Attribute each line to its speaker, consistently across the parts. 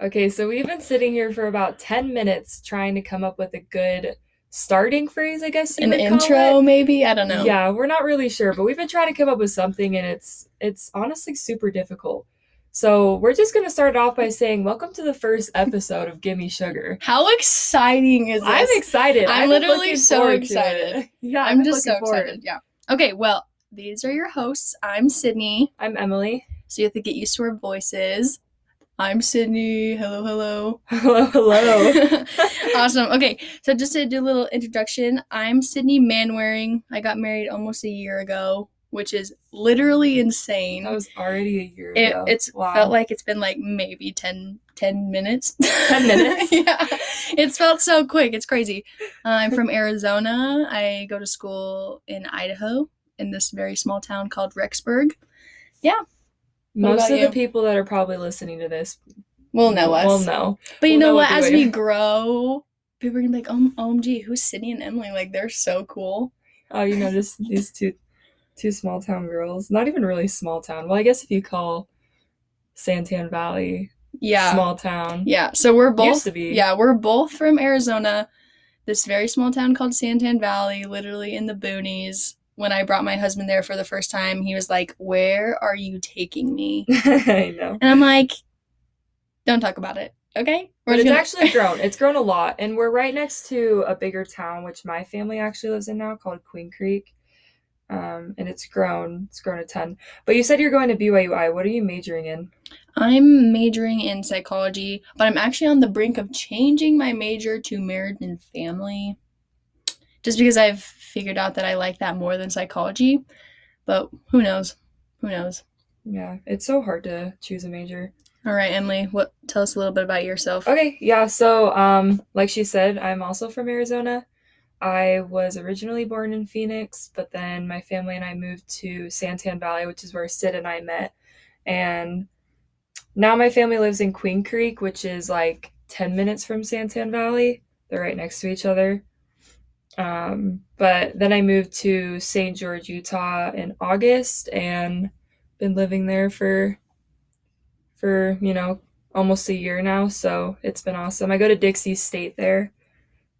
Speaker 1: Okay, so we've been sitting here for about 10 minutes trying to come up with a good starting phrase, I guess you
Speaker 2: An
Speaker 1: would call
Speaker 2: intro,
Speaker 1: it.
Speaker 2: maybe? I don't know.
Speaker 1: Yeah, we're not really sure, but we've been trying to come up with something and it's it's honestly super difficult. So, we're just going to start off by saying welcome to the first episode of Gimme Sugar.
Speaker 2: How exciting is this?
Speaker 1: I'm excited.
Speaker 2: I'm
Speaker 1: I've been
Speaker 2: literally
Speaker 1: looking
Speaker 2: so
Speaker 1: forward to
Speaker 2: excited.
Speaker 1: it. Yeah, I've
Speaker 2: I'm
Speaker 1: been
Speaker 2: just so
Speaker 1: looking forward.
Speaker 2: excited. Yeah. Okay, well, these are your hosts. I'm Sydney,
Speaker 1: I'm Emily.
Speaker 2: so you have to get used to our voices. I'm Sydney. Hello, hello.
Speaker 1: Hello, hello.
Speaker 2: awesome. Okay, so just to do a little introduction, I'm Sydney Manwaring. I got married almost a year ago, which is literally insane.
Speaker 1: that was already a year
Speaker 2: it,
Speaker 1: ago.
Speaker 2: it's
Speaker 1: wow.
Speaker 2: felt like it's been like maybe 10, 10 minutes
Speaker 1: 10 minutes?
Speaker 2: yeah it's felt so quick it's crazy uh, i'm from arizona i go to school in idaho in this very small town called rexburg What
Speaker 1: most
Speaker 2: about
Speaker 1: of
Speaker 2: you?
Speaker 1: the people that are probably listening to this
Speaker 2: will know us
Speaker 1: Well, no.
Speaker 2: but you
Speaker 1: will
Speaker 2: know
Speaker 1: know
Speaker 2: what
Speaker 1: what
Speaker 2: as
Speaker 1: we
Speaker 2: we
Speaker 1: are.
Speaker 2: grow people are gonna be like oh omg who's sydney and emily like they're so cool
Speaker 1: Oh, you know, just these two two small town girls. Not even really small town. Well, I guess if you call Santan Valley
Speaker 2: yeah
Speaker 1: small town.
Speaker 2: yeah so we're both
Speaker 1: Used to be.
Speaker 2: Yeah, we're both from Arizona, this very small town called Santan Valley, literally in the boonies. When I brought my husband there for the first time, he was like, Where are you taking me?
Speaker 1: I know.
Speaker 2: And I'm like, Don't talk about it, okay?
Speaker 1: But it's
Speaker 2: just
Speaker 1: actually grown. It's grown a lot. And we're right next to a bigger town, which my family actually lives in now, called Queen Creek. Um, and it's grown. It's grown a ton. But you said you're going to BYUI. What are you majoring in?
Speaker 2: I'm majoring in psychology, but I'm actually on the brink of changing my major to marriage and family just because I've figured out that I like that more than psychology. But who knows? Who knows?
Speaker 1: Yeah, it's so hard to choose a major.
Speaker 2: All right, Emily, what tell us a little bit about yourself.
Speaker 1: Okay, yeah, so um like she said, I'm also from Arizona. I was originally born in Phoenix, but then my family and I moved to Santan Valley, which is where Sid and I met. And now my family lives in Queen Creek, which is like 10 minutes from Santan Valley. They're right next to each other. Um, but then I moved to St. George, Utah in August and been living there for for, you know, almost a year now, so it's been awesome. I go to Dixie State there,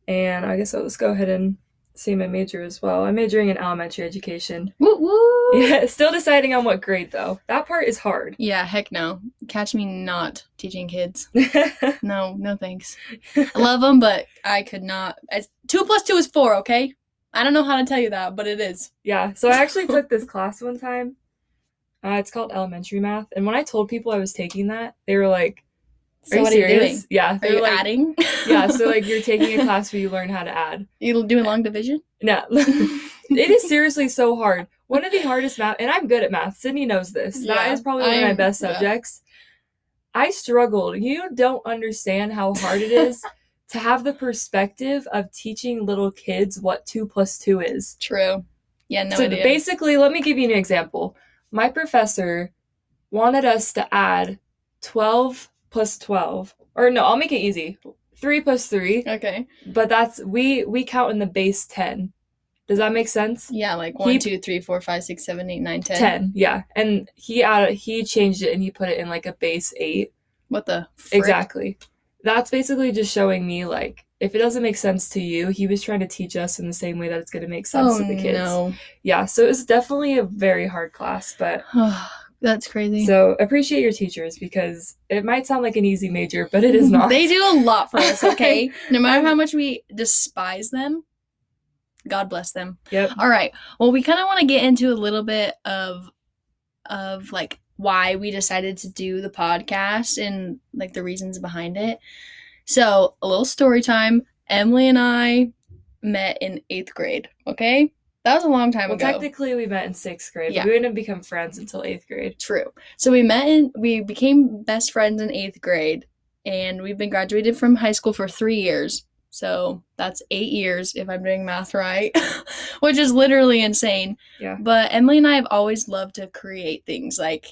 Speaker 1: and I guess I'll just go ahead and say my major as well. I'm majoring in elementary education.
Speaker 2: Woo woo. Yeah.
Speaker 1: Yeah, still deciding on what grade though. That part is hard.
Speaker 2: heck no. Catch me not teaching kids.
Speaker 1: yeah,
Speaker 2: No, no thanks. I love them, but I could not. It's, two plus two is four. Okay. I don't know how to tell you that, but it is.
Speaker 1: so I actually took this class one time. Uh, it's called elementary math, and when I told people I was taking that, they were like, "Are
Speaker 2: So
Speaker 1: you
Speaker 2: what
Speaker 1: serious?"
Speaker 2: are you doing?
Speaker 1: Yeah,
Speaker 2: Are
Speaker 1: they
Speaker 2: you
Speaker 1: were like,
Speaker 2: adding?
Speaker 1: yeah, so like you're taking a class where you learn how to add.
Speaker 2: you doing long division?
Speaker 1: No, it is seriously so hard. One of the hardest math, and I'm good at math. Sydney knows this. that
Speaker 2: Yeah,
Speaker 1: is probably one of my
Speaker 2: I'm-
Speaker 1: best
Speaker 2: yeah.
Speaker 1: subjects. I struggled. You don't understand how hard it is to have the perspective of teaching little kids what two plus two is.
Speaker 2: True. Yeah. No
Speaker 1: so
Speaker 2: idea.
Speaker 1: basically, let me give you an example. My professor wanted us to add 12 plus 12, or no, I'll make it easy. 3 plus 3,
Speaker 2: okay.
Speaker 1: but that's we we count in the base 10. Does that make sense?
Speaker 2: Yeah. Like
Speaker 1: He-
Speaker 2: one, two, three, four, five, six, seven, eight, nine, ten.
Speaker 1: 10 yeah and he added he changed it and he put it in like a base 8
Speaker 2: What the? frick?
Speaker 1: exactly that's basically just showing me like if it doesn't make sense to you he was trying to teach us in the same way that it's going to make sense
Speaker 2: Oh
Speaker 1: to the kids
Speaker 2: no.
Speaker 1: yeah so it was definitely a very hard class but
Speaker 2: That's crazy.
Speaker 1: so appreciate your teachers because it might sound like an easy major but it is not
Speaker 2: They do a lot for us, okay? no matter how much we despise them, God bless them.
Speaker 1: yep
Speaker 2: All right. Well, we kind of want to get into a little bit of of like why we decided to do the podcast and like the reasons behind it. So, a little story time. Emily and I met in 8th grade, okay? That was a long time
Speaker 1: well
Speaker 2: ago.
Speaker 1: technically we met in sixth grade
Speaker 2: Yeah.
Speaker 1: but we didn't become friends until eighth grade
Speaker 2: True. So we met in we became best friends in eighth grade, and we've been graduated from high school for three years. So that's eight years if I'm doing math right, which is literally insane.
Speaker 1: Yeah.
Speaker 2: But Emily and I have always loved to create things. Like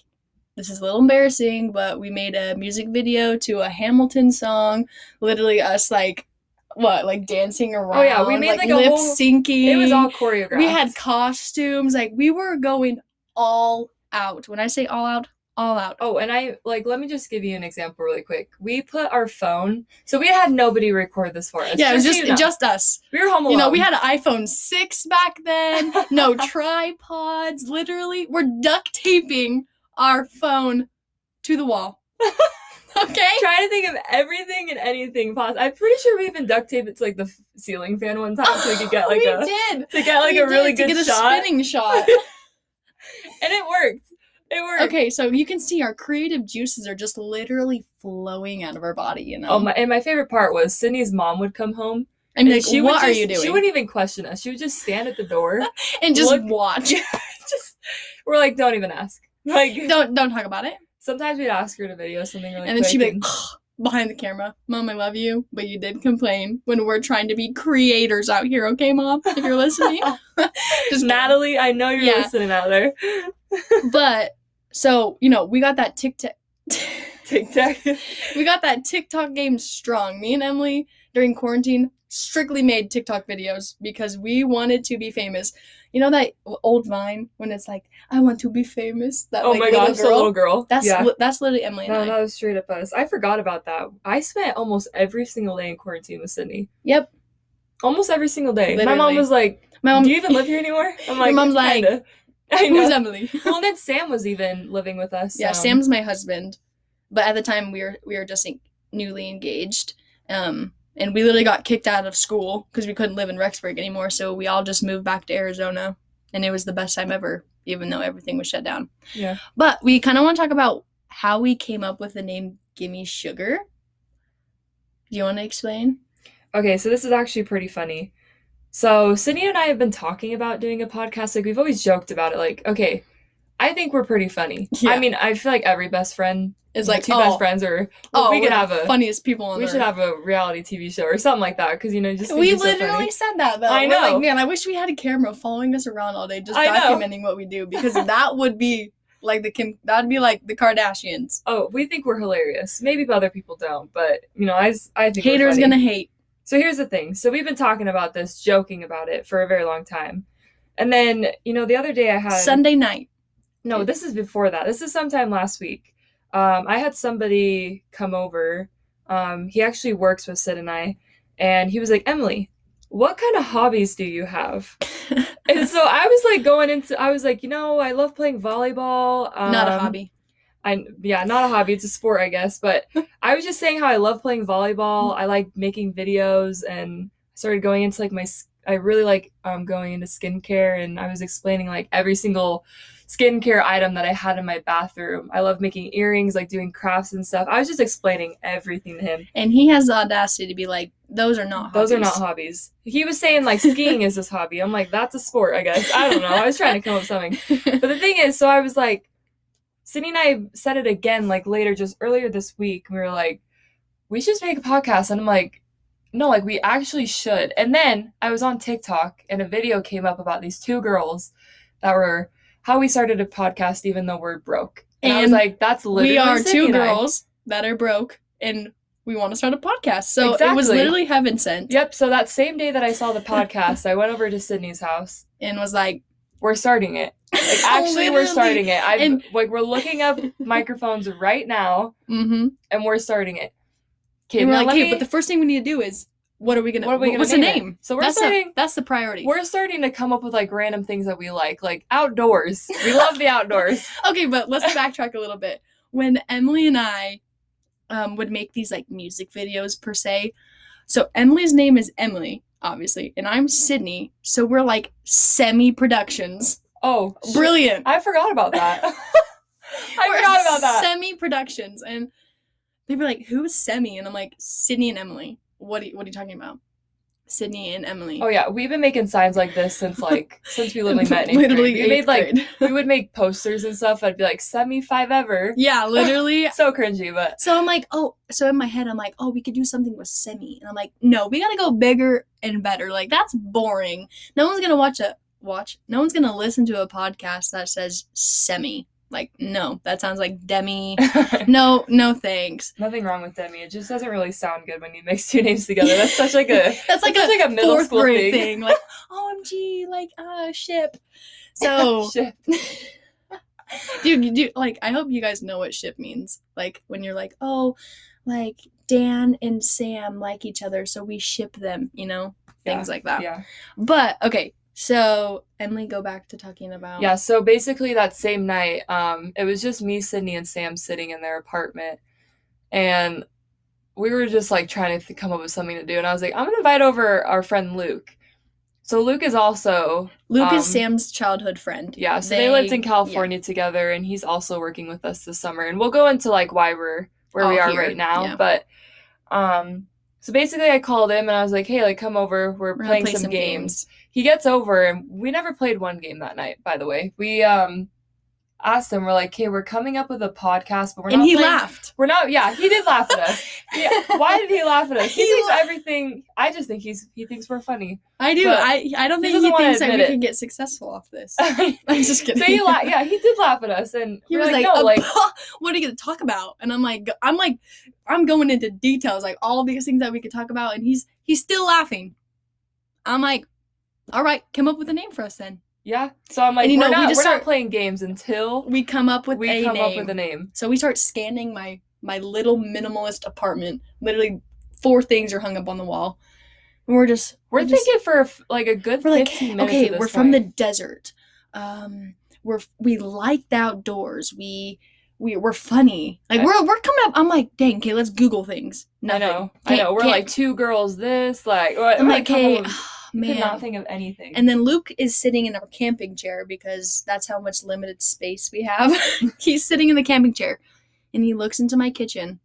Speaker 2: this is a little embarrassing, but we made a music video to a Hamilton song. Literally us like what like dancing around.
Speaker 1: Oh, yeah, we made, like, a
Speaker 2: lip
Speaker 1: whole-
Speaker 2: syncing.
Speaker 1: it was all choreographed
Speaker 2: We had costumes. Like we were going all out. When I say all out, all out.
Speaker 1: Oh, and I like let me just give you an example really quick. We put our phone, so we had nobody record this for us.
Speaker 2: yeah, it was
Speaker 1: so
Speaker 2: just
Speaker 1: you know.
Speaker 2: just us.
Speaker 1: we were home alone.
Speaker 2: You know, we had an iPhone six back then. No tripods. Literally, we're duct taping our phone to the wall. okay.
Speaker 1: trying to think of everything and anything possible. I'm pretty sure we even duct taped it to like the f- ceiling fan one time so we could get like
Speaker 2: we
Speaker 1: a
Speaker 2: did.
Speaker 1: to get like
Speaker 2: We
Speaker 1: a really
Speaker 2: did to
Speaker 1: good
Speaker 2: get
Speaker 1: shot,
Speaker 2: a spinning shot.
Speaker 1: and it worked. It worked.
Speaker 2: okay, so you can see our creative juices are just literally flowing out of our body. You know.
Speaker 1: Oh my! And my favorite part was Sydney's mom would come home,
Speaker 2: I
Speaker 1: and
Speaker 2: mean, like,
Speaker 1: she
Speaker 2: what
Speaker 1: would
Speaker 2: are
Speaker 1: just-
Speaker 2: you doing?
Speaker 1: She wouldn't even question us. She would just stand at the door.
Speaker 2: and just
Speaker 1: look-
Speaker 2: watch.
Speaker 1: just we're like, don't even ask. Like
Speaker 2: don't don't talk about it.
Speaker 1: sometimes we'd ask her to video something really
Speaker 2: and then
Speaker 1: quick
Speaker 2: she'd be like,
Speaker 1: and-
Speaker 2: behind the camera, Mom, I love you, but you did complain when we're trying to be creators out here, okay, Mom? If you're listening, just kidding.
Speaker 1: Natalie, I know you're
Speaker 2: Yeah.
Speaker 1: listening out there.
Speaker 2: But so you know, we got that TikTok,
Speaker 1: Tic Tac.
Speaker 2: we got that TikTok game strong. Me and Emily during quarantine strictly made TikTok videos because we wanted to be famous. You know that old Vine when it's like, I want to be famous. That
Speaker 1: Oh
Speaker 2: like,
Speaker 1: my
Speaker 2: little
Speaker 1: gosh, the
Speaker 2: girl.
Speaker 1: little girl.
Speaker 2: That's
Speaker 1: yeah.
Speaker 2: li- that's literally Emily and
Speaker 1: No,
Speaker 2: I.
Speaker 1: that was straight up us. I forgot about that. I spent almost every single day in quarantine with Sydney.
Speaker 2: Yep,
Speaker 1: Almost every single day. My mom
Speaker 2: Literally.
Speaker 1: was like,
Speaker 2: my mom.
Speaker 1: "Do you even live here anymore?" I'm like,
Speaker 2: mom's like,
Speaker 1: "Kinda." I
Speaker 2: Who's
Speaker 1: know.
Speaker 2: Emily?
Speaker 1: Well, then Sam was even living with us.
Speaker 2: Yeah,
Speaker 1: um,
Speaker 2: Sam's my husband, but at the time we were we were just en- newly engaged, um, and we literally got kicked out of school because we couldn't live in Rexburg anymore. So we all just moved back to Arizona, and it was the best time ever, even though everything was shut down.
Speaker 1: Yeah.
Speaker 2: But we kind of want to talk about how we came up with the name Gimme Sugar. Do you want to explain?
Speaker 1: Okay, so this is actually pretty funny. So Sydney and I have been talking about doing a podcast. Like we've always joked about it. Like, okay, I think we're pretty funny.
Speaker 2: Yeah.
Speaker 1: I mean, I feel like every best friend
Speaker 2: It's
Speaker 1: my
Speaker 2: like
Speaker 1: two
Speaker 2: oh,
Speaker 1: best friends are.
Speaker 2: oh,
Speaker 1: we
Speaker 2: we're
Speaker 1: could
Speaker 2: the
Speaker 1: have a.
Speaker 2: funniest people on
Speaker 1: we should
Speaker 2: earth.
Speaker 1: have a reality TV show or something like that because you know just think
Speaker 2: we
Speaker 1: you're so funny.
Speaker 2: literally said that though.
Speaker 1: I
Speaker 2: We're
Speaker 1: know.
Speaker 2: like, man, I wish we had a camera following us around all day, just
Speaker 1: I know.
Speaker 2: documenting what we do, because that would be like the Kim. That'd be like the Kardashians.
Speaker 1: Oh, we think we're hilarious. Maybe other people don't, but you know, I s- I think we're
Speaker 2: Haters
Speaker 1: funny.
Speaker 2: gonna hate.
Speaker 1: So here's the thing. So we've been talking about this, joking about it for a very long time, and then you know the other day I had
Speaker 2: Sunday night.
Speaker 1: no. This is before that. This is sometime last week. Um, I had somebody come over. Um, he actually works with Sid and I, and he was like, Emily, what kind of hobbies do you have? and so I was like going into, I was like, you know, I love playing volleyball. Um,
Speaker 2: Not a hobby.
Speaker 1: I yeah, not a hobby, it's a sport, I guess. But I was just saying how I love playing volleyball. I like making videos, and I started going into like my. s- I really like um, going into skincare, and I was explaining like every single skincare item that I had in my bathroom. I love making earrings, like doing crafts and stuff. I was just explaining everything to him.
Speaker 2: And he has the audacity to be like, those are not.
Speaker 1: Those are not
Speaker 2: hobbies."
Speaker 1: hobbies. He was saying like skiing is his hobby. I'm like, that's a sport, I guess. I don't know. I was trying to come up with something. But the thing is, so I was like, Sydney and I said it again, like later, just earlier this week. We were like, we should just make a podcast. And I'm like, no, like we actually should. And then I was on TikTok and a video came up about these two girls that were how we started a podcast even though we're broke. And, I was
Speaker 2: And
Speaker 1: like, that's literally
Speaker 2: we are
Speaker 1: Sydney
Speaker 2: two
Speaker 1: and I.
Speaker 2: girls that are broke, and we want to start a podcast. So it was
Speaker 1: Exactly.
Speaker 2: literally heaven sent,
Speaker 1: Yep. So that same day that I saw the podcast, I went over to Sydney's house.
Speaker 2: and was like,
Speaker 1: We're starting it. Like, actually, we're starting it. I'm
Speaker 2: Oh, And-
Speaker 1: like, we're looking up microphones right now.
Speaker 2: Mm-hmm.
Speaker 1: and we're starting it. Okay,
Speaker 2: And we're
Speaker 1: now
Speaker 2: like,
Speaker 1: let
Speaker 2: hey,
Speaker 1: me-
Speaker 2: but the first thing we need to do is, what are we gonna?
Speaker 1: what are we gonna
Speaker 2: what's
Speaker 1: name
Speaker 2: the
Speaker 1: it?
Speaker 2: name?
Speaker 1: So we're
Speaker 2: that's
Speaker 1: starting.
Speaker 2: the, that's the priority.
Speaker 1: We're starting to come up with like random things that we like, like outdoors. We love the outdoors.
Speaker 2: okay, but let's backtrack a little bit. When Emily and I um, would make these like music videos per se, so Emily's name is Emily, obviously, and I'm Sydney, so we're like semi productions.
Speaker 1: Oh, shit.
Speaker 2: Brilliant.
Speaker 1: I forgot about that. I
Speaker 2: We're
Speaker 1: forgot about that.
Speaker 2: Semi productions, and they were like, "Who's Semi?" And I'm like, "Sydney and Emily." What are you, What are you talking about? Sydney and Emily.
Speaker 1: Oh yeah, we've been making signs like this since like since we literally met. in eighth
Speaker 2: literally,
Speaker 1: grade. we made
Speaker 2: eighth
Speaker 1: like
Speaker 2: grade.
Speaker 1: we would make posters and stuff. I'd be like semi five ever.
Speaker 2: yeah, literally.
Speaker 1: So cringy, but
Speaker 2: So I'm like, oh, so in my head, I'm like, oh, we could do something with semi. And I'm like, no, we gotta go bigger and better. Like, that's boring. No one's gonna watch a watch, no one's gonna listen to a podcast that says semi. Like, no, that sounds like demi. no, no thanks.
Speaker 1: nothing wrong with Demi. It just doesn't really sound good when you mix two names together. That's such like a
Speaker 2: That's like
Speaker 1: that's
Speaker 2: a
Speaker 1: like a middle
Speaker 2: fourth
Speaker 1: school
Speaker 2: grade
Speaker 1: thing.
Speaker 2: thing. Like, "Oh, OMG, like, uh, ship. ah, So
Speaker 1: Shit.
Speaker 2: dude, you do like I hope you guys know what ship means. Like when you're like, oh, like Dan and Sam like each other, so we ship them, you know? Things like that.
Speaker 1: yeah.
Speaker 2: But okay, so Emily, go back to talking about
Speaker 1: Yeah, so basically that same night, um, it was just me, Sydney, and Sam sitting in their apartment, and we were just like trying to th- come up with something to do. And I was like, I'm gonna invite over our friend Luke. So Luke is also
Speaker 2: Luke is
Speaker 1: um,
Speaker 2: Sam's childhood friend.
Speaker 1: yeah. So they, lived in California together, and he's also working with us this summer. And we'll go into like why we're where we
Speaker 2: All
Speaker 1: are
Speaker 2: here,
Speaker 1: right now,
Speaker 2: yeah.
Speaker 1: but um. So basically, I called him and I was like, "Hey, like, come over. We're,
Speaker 2: yeah. We're gonna
Speaker 1: playing
Speaker 2: play
Speaker 1: some games." he gets over and we never played one game that night by the way we um asked him we're like hey we're coming up with a podcast but we're
Speaker 2: and
Speaker 1: not
Speaker 2: he
Speaker 1: playing-
Speaker 2: laughed.
Speaker 1: we're not yeah he did laugh at us yeah, why did he laugh at us he,
Speaker 2: He
Speaker 1: thinks
Speaker 2: la-
Speaker 1: everything i just think he's he thinks we're funny
Speaker 2: I do.
Speaker 1: But
Speaker 2: I I
Speaker 1: he
Speaker 2: don't think he,
Speaker 1: doesn't wanna
Speaker 2: thinks that we
Speaker 1: admit it.
Speaker 2: can get successful off this.
Speaker 1: i'm
Speaker 2: I'm just kidding.
Speaker 1: so he la- yeah he did laugh at us and
Speaker 2: He
Speaker 1: we're
Speaker 2: was like,
Speaker 1: no
Speaker 2: "Uh,
Speaker 1: like
Speaker 2: what are you gonna talk about? And I'm like, I'm like, I'm going into details, like all these things that we could talk about, and he's he's still laughing. I'm like, all right, come up with a name for us then.
Speaker 1: yeah so i'm like
Speaker 2: And you
Speaker 1: we're,
Speaker 2: know, we
Speaker 1: not,
Speaker 2: just
Speaker 1: we're
Speaker 2: start-
Speaker 1: not playing games until
Speaker 2: We come up with
Speaker 1: we
Speaker 2: a
Speaker 1: come
Speaker 2: name.
Speaker 1: up with a name
Speaker 2: so we start scanning my my little minimalist apartment. Literally, four things are hung up on the wall, and we're just
Speaker 1: we're
Speaker 2: just-
Speaker 1: thinking for like a good
Speaker 2: we're like
Speaker 1: 15 minutes
Speaker 2: okay
Speaker 1: at this
Speaker 2: we're from the
Speaker 1: point.
Speaker 2: desert um we're we like the outdoors we we we're funny like
Speaker 1: I-
Speaker 2: we're we're coming up i'm like dang okay let's google things
Speaker 1: i
Speaker 2: Nothing.
Speaker 1: know i
Speaker 2: Can't-
Speaker 1: know we're
Speaker 2: can't-
Speaker 1: like two girls this like we're,
Speaker 2: i'm
Speaker 1: we're
Speaker 2: like
Speaker 1: come up
Speaker 2: okay
Speaker 1: with-
Speaker 2: ah,
Speaker 1: we could not
Speaker 2: man
Speaker 1: think of anything
Speaker 2: and then luke is sitting in our camping chair because that's how much limited space we have he's sitting in the camping chair and he looks into my kitchen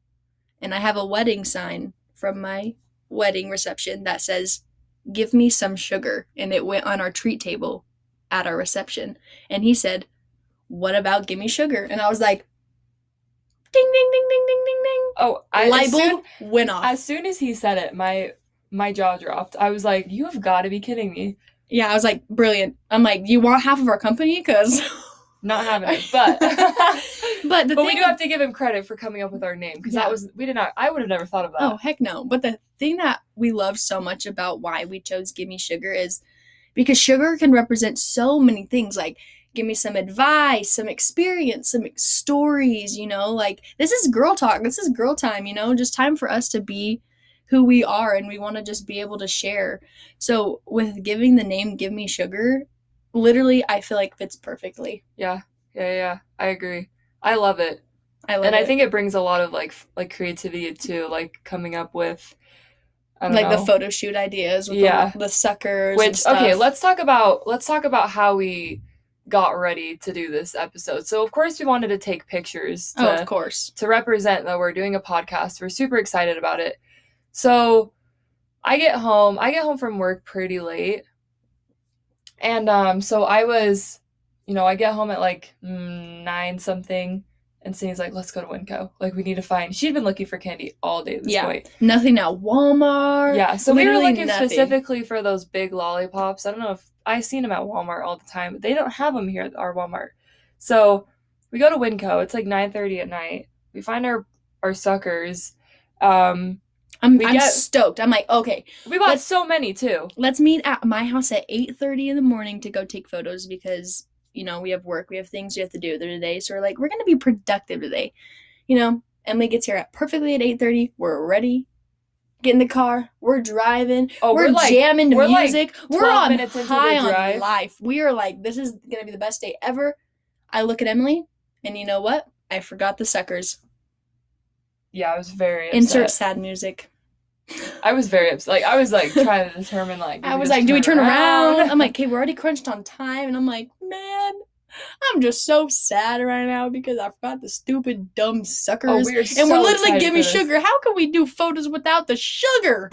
Speaker 2: and i have a wedding sign from my wedding reception that says give me some sugar and it went on our treat table at our reception and he said what about give me sugar and i was like ding ding ding ding ding ding ding
Speaker 1: Oh, I,
Speaker 2: light
Speaker 1: as, soon,
Speaker 2: bulb went off
Speaker 1: as soon as he said it, my my jaw dropped. I was like, "You have got to be kidding me!"
Speaker 2: yeah i was like brilliant i'm like you want half of our company because
Speaker 1: Not having it, but
Speaker 2: but the
Speaker 1: but
Speaker 2: thing
Speaker 1: we do have to give him credit for coming up with our name because
Speaker 2: Yeah.
Speaker 1: that was we did not. I would have never thought of that.
Speaker 2: Oh, heck no. But the thing that we love so much about why we chose Gimme Sugar is because sugar can represent so many things like give me some advice, some experience, some ex- stories, you know, like this is girl talk. This is girl time, you know, just time for us to be who we are and we want to just be able to share. So with giving the name Give Me Sugar, literally I feel like fits perfectly.
Speaker 1: Yeah, yeah, yeah, yeah. I agree. I love it,
Speaker 2: I love
Speaker 1: and
Speaker 2: it.
Speaker 1: I think it brings a lot of like f- like creativity too, like coming up with. I don't
Speaker 2: like
Speaker 1: know.
Speaker 2: the photo shoot ideas with
Speaker 1: Yeah.
Speaker 2: the, the suckers. and
Speaker 1: which okay
Speaker 2: stuff.
Speaker 1: let's talk about let's talk about how we got ready to do this episode so of course we wanted to take pictures to,
Speaker 2: Oh, of course.
Speaker 1: to represent that we're doing a podcast. We're super excited about it. So I get home. I get home from work pretty late. And um, so I was, you know, I get home at like mm, nine something. And Cindy's like, let's go to Winco. Like, we need to find. She'd been looking for candy all day at this
Speaker 2: Yeah.
Speaker 1: point.
Speaker 2: Nothing at Walmart.
Speaker 1: Yeah. So we were
Speaker 2: literally
Speaker 1: looking
Speaker 2: nothing.
Speaker 1: specifically for those big lollipops. I don't know if I've seen them at Walmart all the time, but they don't have them here at our Walmart. So we go to Winco. It's like 9:30 at night. We find our our suckers. Um,
Speaker 2: I'm,
Speaker 1: We
Speaker 2: I'm
Speaker 1: get-
Speaker 2: stoked. I'm like, okay,
Speaker 1: we bought
Speaker 2: Let's-
Speaker 1: so many too.
Speaker 2: let's meet at my house at 8:30 in the morning to go take photos because you know we have work, we have things we have to do the day. So we're like, we're gonna be productive today, you know. Emily gets here at perfectly at 8:30. We're ready. Get in the car. We're driving.
Speaker 1: Oh,
Speaker 2: we're,
Speaker 1: we're, like
Speaker 2: jamming to
Speaker 1: we're like
Speaker 2: music. we're
Speaker 1: 12
Speaker 2: on
Speaker 1: minutes into the
Speaker 2: high on
Speaker 1: drive.
Speaker 2: life. We are like, this is gonna be the best day ever. I look at Emily, and you know what? I forgot the suckers.
Speaker 1: yeah, I was very upset.
Speaker 2: Insert sad music.
Speaker 1: I was very upset. Like I was like trying to determine like
Speaker 2: I
Speaker 1: we
Speaker 2: was
Speaker 1: just
Speaker 2: like, do we turn around? I'm like, okay, we're already crunched on time. And I'm like, man, I'm just so sad right now because I forgot the stupid, dumb suckers.
Speaker 1: oh, we were
Speaker 2: and we're
Speaker 1: so
Speaker 2: literally
Speaker 1: excited
Speaker 2: giving
Speaker 1: for this.
Speaker 2: sugar. How can we do photos without the sugar?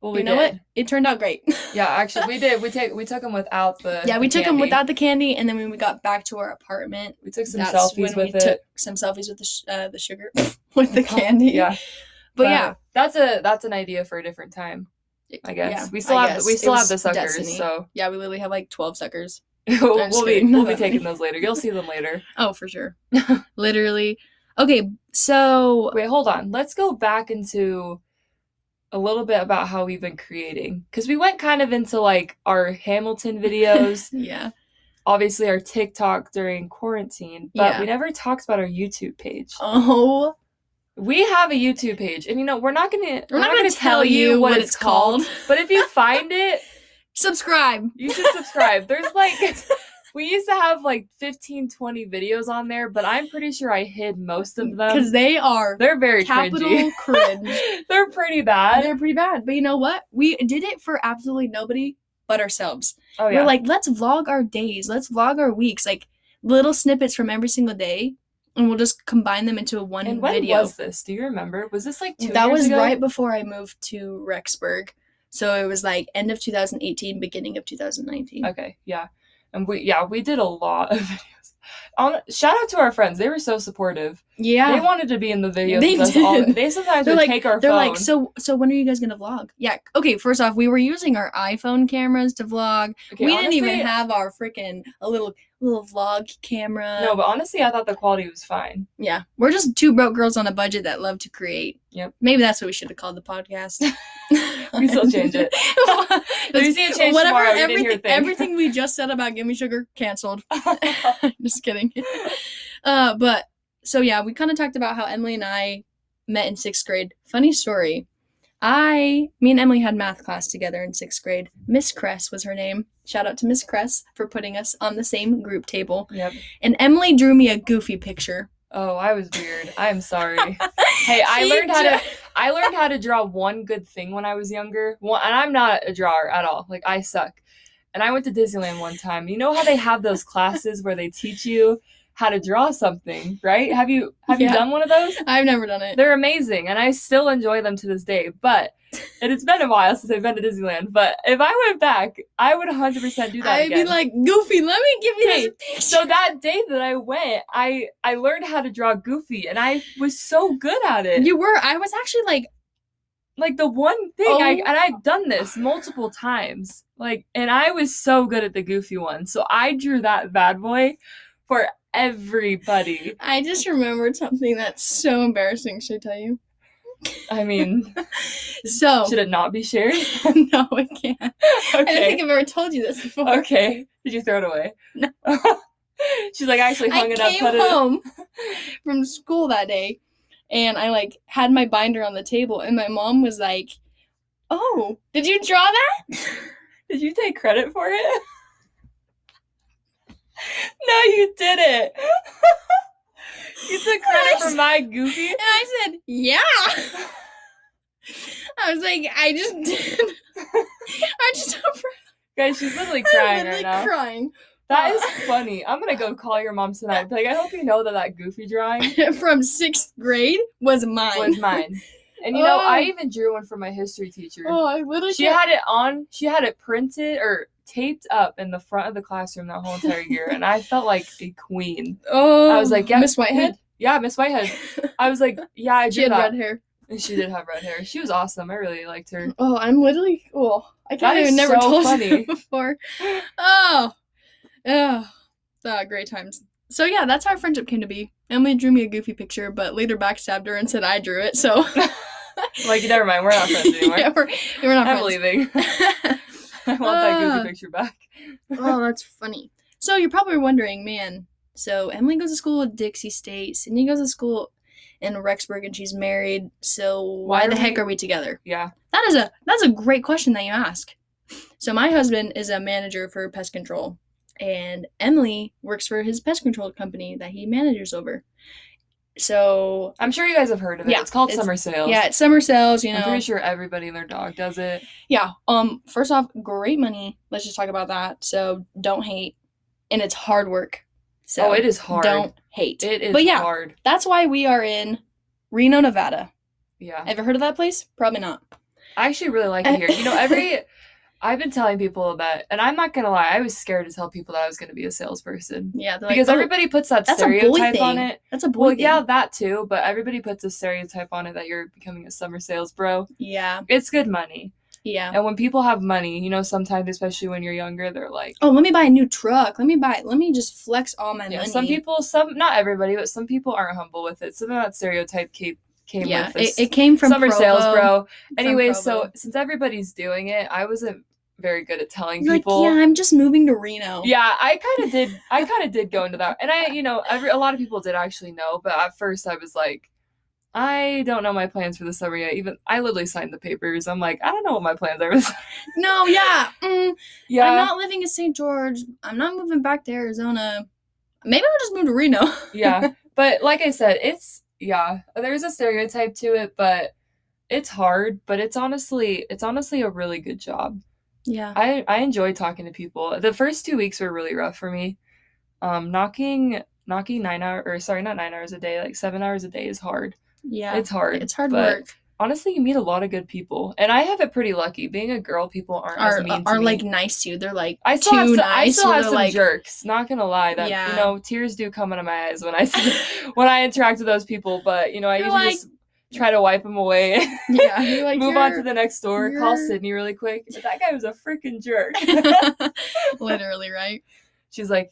Speaker 1: Well, Oh, we
Speaker 2: you know
Speaker 1: did.
Speaker 2: what? It turned out great.
Speaker 1: Yeah, actually, we did. We take we took them without the
Speaker 2: yeah, we
Speaker 1: the
Speaker 2: took them
Speaker 1: candy.
Speaker 2: without the candy. And then when we got back to our apartment,
Speaker 1: We took some
Speaker 2: that's
Speaker 1: selfies
Speaker 2: when
Speaker 1: with
Speaker 2: we
Speaker 1: it.
Speaker 2: took some selfies with the, sh- uh, the sugar, with the candy.
Speaker 1: Yeah.
Speaker 2: But, yeah.
Speaker 1: that's a that's an idea for a different time. I guess
Speaker 2: Yeah,
Speaker 1: we still
Speaker 2: I
Speaker 1: have
Speaker 2: guess.
Speaker 1: we
Speaker 2: It
Speaker 1: still have
Speaker 2: was
Speaker 1: the suckers,
Speaker 2: destiny.
Speaker 1: so
Speaker 2: Yeah, we literally have like 12 suckers.
Speaker 1: we'll,
Speaker 2: just
Speaker 1: be
Speaker 2: kidding.
Speaker 1: we'll
Speaker 2: No.
Speaker 1: be taking those later. You'll see them later.
Speaker 2: Oh, for sure. literally. Okay, so
Speaker 1: Wait, hold on. Let's go back into a little bit about how we've been creating because we went kind of into like our Hamilton videos.
Speaker 2: yeah
Speaker 1: obviously our TikTok during quarantine, but
Speaker 2: Yeah.
Speaker 1: we never talked about our YouTube page.
Speaker 2: Oh,
Speaker 1: We have a YouTube page, and you know we're not gonna
Speaker 2: we're, not, going to tell you what, it's called.
Speaker 1: But if you find it,
Speaker 2: Subscribe.
Speaker 1: you should subscribe. There's like we used to have like 15, 20 videos on there, but I'm pretty sure I hid most of them.
Speaker 2: Because they are
Speaker 1: Um, They're very
Speaker 2: capital cringe.
Speaker 1: cringy. They're pretty bad.
Speaker 2: They're pretty bad. But you know what? We did it for absolutely nobody but ourselves.
Speaker 1: oh yeah.
Speaker 2: We're like, let's vlog our days, let's vlog our weeks, like little snippets from every single day, and we'll just combine them into one
Speaker 1: and when
Speaker 2: video.
Speaker 1: was this? Do you remember? Was this like two?
Speaker 2: that
Speaker 1: years
Speaker 2: was
Speaker 1: ago?
Speaker 2: right before I moved to Rexburg. So it was like end of 2018, beginning of 2019.
Speaker 1: Okay, yeah. And we yeah, we did a lot of videos. On shout out to our friends. They were so supportive. They
Speaker 2: Yeah.
Speaker 1: wanted to be in the videos
Speaker 2: They
Speaker 1: with us all.
Speaker 2: did.
Speaker 1: They sometimes
Speaker 2: They're
Speaker 1: would
Speaker 2: like-
Speaker 1: take our
Speaker 2: They're
Speaker 1: phone.
Speaker 2: like, so so when are you guys gonna vlog? Yeah. Okay, first off, we were using our iPhone cameras to vlog.
Speaker 1: Okay,
Speaker 2: we didn't
Speaker 1: honestly-
Speaker 2: even have our freaking a little little vlog camera.
Speaker 1: No, but honestly I thought the quality was fine.
Speaker 2: Yeah, we're just two broke girls on a budget that love to create.
Speaker 1: Yep.
Speaker 2: Maybe that's what we should have called the podcast.
Speaker 1: We still change it. There's
Speaker 2: Just
Speaker 1: need to change
Speaker 2: whatever,
Speaker 1: tomorrow, we didn't hear a
Speaker 2: everything,
Speaker 1: thing.
Speaker 2: everything we just said about Gimme Sugar canceled. just kidding. Uh, but so yeah, we kind of talked about how Emily and I met in sixth grade. Funny story. I, me and Emily had math class together in sixth grade. Miss Cress was her name. Shout out to Miss Cress for putting us on the same group table.
Speaker 1: yep.
Speaker 2: And Emily drew me a goofy picture.
Speaker 1: Oh, I was weird. I'm sorry. Hey, I
Speaker 2: She
Speaker 1: learned how
Speaker 2: drew-
Speaker 1: to I learned how to draw one good thing when I was younger. One, and I'm not a drawer at all. Like I suck. And I went to Disneyland one time. You know how they have those classes where they teach you how to draw something, right? Have you have
Speaker 2: Yeah.
Speaker 1: you done one of those?
Speaker 2: I've never done it.
Speaker 1: They're amazing, and I still enjoy them to this day. But it has been a while since I've been to Disneyland. But if I went back, I would 100% do that
Speaker 2: I'd
Speaker 1: again.
Speaker 2: be like, Goofy, let me give you
Speaker 1: Hey,
Speaker 2: this picture.
Speaker 1: so that day that I went, I I learned how to draw Goofy, and I was so good at it.
Speaker 2: you were. I was actually like,
Speaker 1: like the one thing I
Speaker 2: Oh.
Speaker 1: and I've done this multiple times. Like and I was so good at the goofy one. So I drew that bad boy for everybody.
Speaker 2: I just remembered something that's so embarrassing. Should I tell you?
Speaker 1: I mean,
Speaker 2: So
Speaker 1: should it not be shared?
Speaker 2: no, I can't. I don't think
Speaker 1: Okay.
Speaker 2: I've ever told you this before.
Speaker 1: Okay. Did you throw it away?
Speaker 2: No.
Speaker 1: She's like I actually
Speaker 2: I
Speaker 1: hung
Speaker 2: came
Speaker 1: it up, put it
Speaker 2: home from school that day, and I like had my binder on the table, and my mom was like, "Oh, did you draw that?"
Speaker 1: Did you take credit for it? no, you did it. you took credit for my goofy.
Speaker 2: And I said, "Yeah." I was like, "I just did. I just."
Speaker 1: Guys, she's literally
Speaker 2: I'm
Speaker 1: crying
Speaker 2: literally
Speaker 1: right now.
Speaker 2: crying.
Speaker 1: That is
Speaker 2: Uh,
Speaker 1: funny. I'm gonna go call your mom tonight. Be Like, I hope you know that that goofy drawing
Speaker 2: from sixth grade was mine.
Speaker 1: was mine. And you know, I
Speaker 2: Oh.
Speaker 1: even drew one for my history teacher.
Speaker 2: Oh, I literally.
Speaker 1: she
Speaker 2: can't-
Speaker 1: had it on. She had it printed or taped up in the front of the classroom that whole entire year, and I felt like a queen.
Speaker 2: oh,
Speaker 1: I was like, yeah,
Speaker 2: Miss Whitehead.
Speaker 1: Yeah, Miss Whitehead. I was like, yeah, I
Speaker 2: She
Speaker 1: drew
Speaker 2: had
Speaker 1: that.
Speaker 2: red hair.
Speaker 1: And she did have red hair. She was awesome. I really liked her.
Speaker 2: Oh, I'm literally. Oh, I
Speaker 1: That
Speaker 2: can't
Speaker 1: is
Speaker 2: even never
Speaker 1: so
Speaker 2: told you
Speaker 1: funny.
Speaker 2: before. Oh, oh, Ah, great times. So yeah, that's how our friendship came to be. Emily drew me a goofy picture, but later backstabbed her and said I drew it. So
Speaker 1: Like, never mind, we're not friends anymore.
Speaker 2: yeah, we're, we're not
Speaker 1: I'm
Speaker 2: friends.
Speaker 1: leaving. I want that
Speaker 2: Ah.
Speaker 1: goofy picture back.
Speaker 2: oh, that's funny. So you're probably wondering, man. So Emily goes to school at Dixie State. Sydney goes to school in Rexburg, and she's married. So why,
Speaker 1: Why are
Speaker 2: the heck
Speaker 1: we-
Speaker 2: are we together?
Speaker 1: Yeah.
Speaker 2: That is a that's a great question that you ask. So my husband is a manager for pest control, and Emily works for his pest control company that he manages over. So
Speaker 1: I'm sure you guys have heard of it.
Speaker 2: Yeah,
Speaker 1: It's called
Speaker 2: it's-
Speaker 1: summer sales.
Speaker 2: yeah, it's summer sales, you know.
Speaker 1: I'm pretty sure everybody and their dog does it.
Speaker 2: Yeah. Um. First off, great money. Let's just talk about that. So don't hate, and it's hard work. So
Speaker 1: oh, it is hard.
Speaker 2: Don't hate.
Speaker 1: It is
Speaker 2: But yeah.
Speaker 1: hard.
Speaker 2: That's why we are in Reno, Nevada.
Speaker 1: Yeah.
Speaker 2: Ever heard of that place? Probably not.
Speaker 1: I actually really like it here. You know, every I've been telling people that and I'm not gonna lie, I was scared to tell people that I was gonna be a salesperson.
Speaker 2: Yeah. they're like,
Speaker 1: Because
Speaker 2: "Oh,
Speaker 1: everybody puts that
Speaker 2: that's a boy
Speaker 1: stereotype on
Speaker 2: thing.
Speaker 1: it.
Speaker 2: That's a boy.
Speaker 1: Well,
Speaker 2: thing."
Speaker 1: yeah, that too, but everybody puts a stereotype on it that you're becoming a summer sales bro.
Speaker 2: Yeah.
Speaker 1: It's good money.
Speaker 2: Yeah.
Speaker 1: And when people have money, you know, sometimes, especially when you're younger, they're like,
Speaker 2: oh, let me buy a new truck. Let me buy. Let me just flex all my
Speaker 1: Yeah,
Speaker 2: money.
Speaker 1: some people, some not everybody, but some people aren't humble with it. Some of that stereotype came came
Speaker 2: Yeah,
Speaker 1: with
Speaker 2: it,
Speaker 1: this
Speaker 2: it came from
Speaker 1: summer
Speaker 2: Provo,
Speaker 1: sales, bro.
Speaker 2: from
Speaker 1: Anyway,
Speaker 2: Provo.
Speaker 1: so since everybody's doing it, I wasn't very good at telling
Speaker 2: You're like,
Speaker 1: people.
Speaker 2: yeah, I'm just moving to Reno.
Speaker 1: Yeah, I kind of did. I kind of did go into that, and I, you know, every, a lot of people did actually know, but at first I was like, I don't know my plans for the summer yet. Even I literally signed the papers. I'm like, I don't know what my plans are.
Speaker 2: No, yeah. Mm,
Speaker 1: yeah,
Speaker 2: I'm not living in St. George. I'm not moving back to Arizona. Maybe I'll just move to Reno.
Speaker 1: yeah, but like I said, it's yeah. There's a stereotype to it, but it's hard. But it's honestly, it's honestly a really good job.
Speaker 2: Yeah.
Speaker 1: I I enjoy talking to people. The first two weeks were really rough for me. Um, knocking knocking nine hour or sorry, not nine hours a day, like seven hours a day is hard.
Speaker 2: Yeah.
Speaker 1: It's hard.
Speaker 2: It's hard
Speaker 1: but
Speaker 2: work.
Speaker 1: Honestly, you meet a lot of good people, and I have it pretty lucky. Being a girl, people aren't as
Speaker 2: Are
Speaker 1: mean to
Speaker 2: are
Speaker 1: me.
Speaker 2: like nice to you. They're like
Speaker 1: I still
Speaker 2: too
Speaker 1: have some,
Speaker 2: nice.
Speaker 1: I still
Speaker 2: where
Speaker 1: have
Speaker 2: they're
Speaker 1: some
Speaker 2: like,
Speaker 1: jerks. Not gonna lie, that
Speaker 2: Yeah.
Speaker 1: you know, tears do come out of my eyes when I see, when I interact with those people. But you know, I
Speaker 2: You're
Speaker 1: usually
Speaker 2: like-
Speaker 1: just try to wipe them away.
Speaker 2: Yeah. You're like
Speaker 1: Move on to the next door. Call
Speaker 2: you're-
Speaker 1: Sydney really quick. But that guy was a freaking jerk.
Speaker 2: the Literally, right?
Speaker 1: She's like,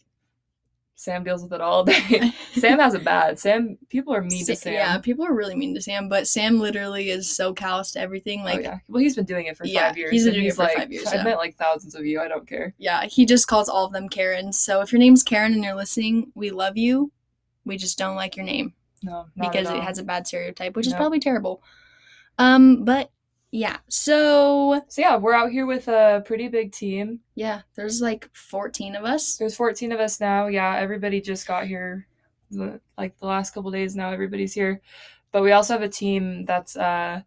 Speaker 1: Sam deals with it all day. Sam has it bad. Sam, people are mean to
Speaker 2: Sa-
Speaker 1: Sam.
Speaker 2: Yeah, people are really mean to Sam, but Sam literally is so callous to everything. Like,
Speaker 1: oh,
Speaker 2: yeah.
Speaker 1: yeah. Well, he's been doing it for
Speaker 2: Yeah,
Speaker 1: five years.
Speaker 2: he's been
Speaker 1: and
Speaker 2: doing it for
Speaker 1: like,
Speaker 2: five years,
Speaker 1: I've
Speaker 2: yeah.
Speaker 1: met like thousands of you. I don't care.
Speaker 2: he just calls all of them Karens. So if your name's Karen and you're listening, we love you. We just don't like your name
Speaker 1: No, not
Speaker 2: because
Speaker 1: at
Speaker 2: it
Speaker 1: all.
Speaker 2: has a bad stereotype, which is
Speaker 1: No.
Speaker 2: probably terrible. Um, but yeah, so
Speaker 1: So yeah, we're out here with a pretty big team.
Speaker 2: yeah, there's like 14 of us.
Speaker 1: There's 14 of us now. Yeah, everybody just got here, the- like the last couple days now. Everybody's here, but we also have a team that's uh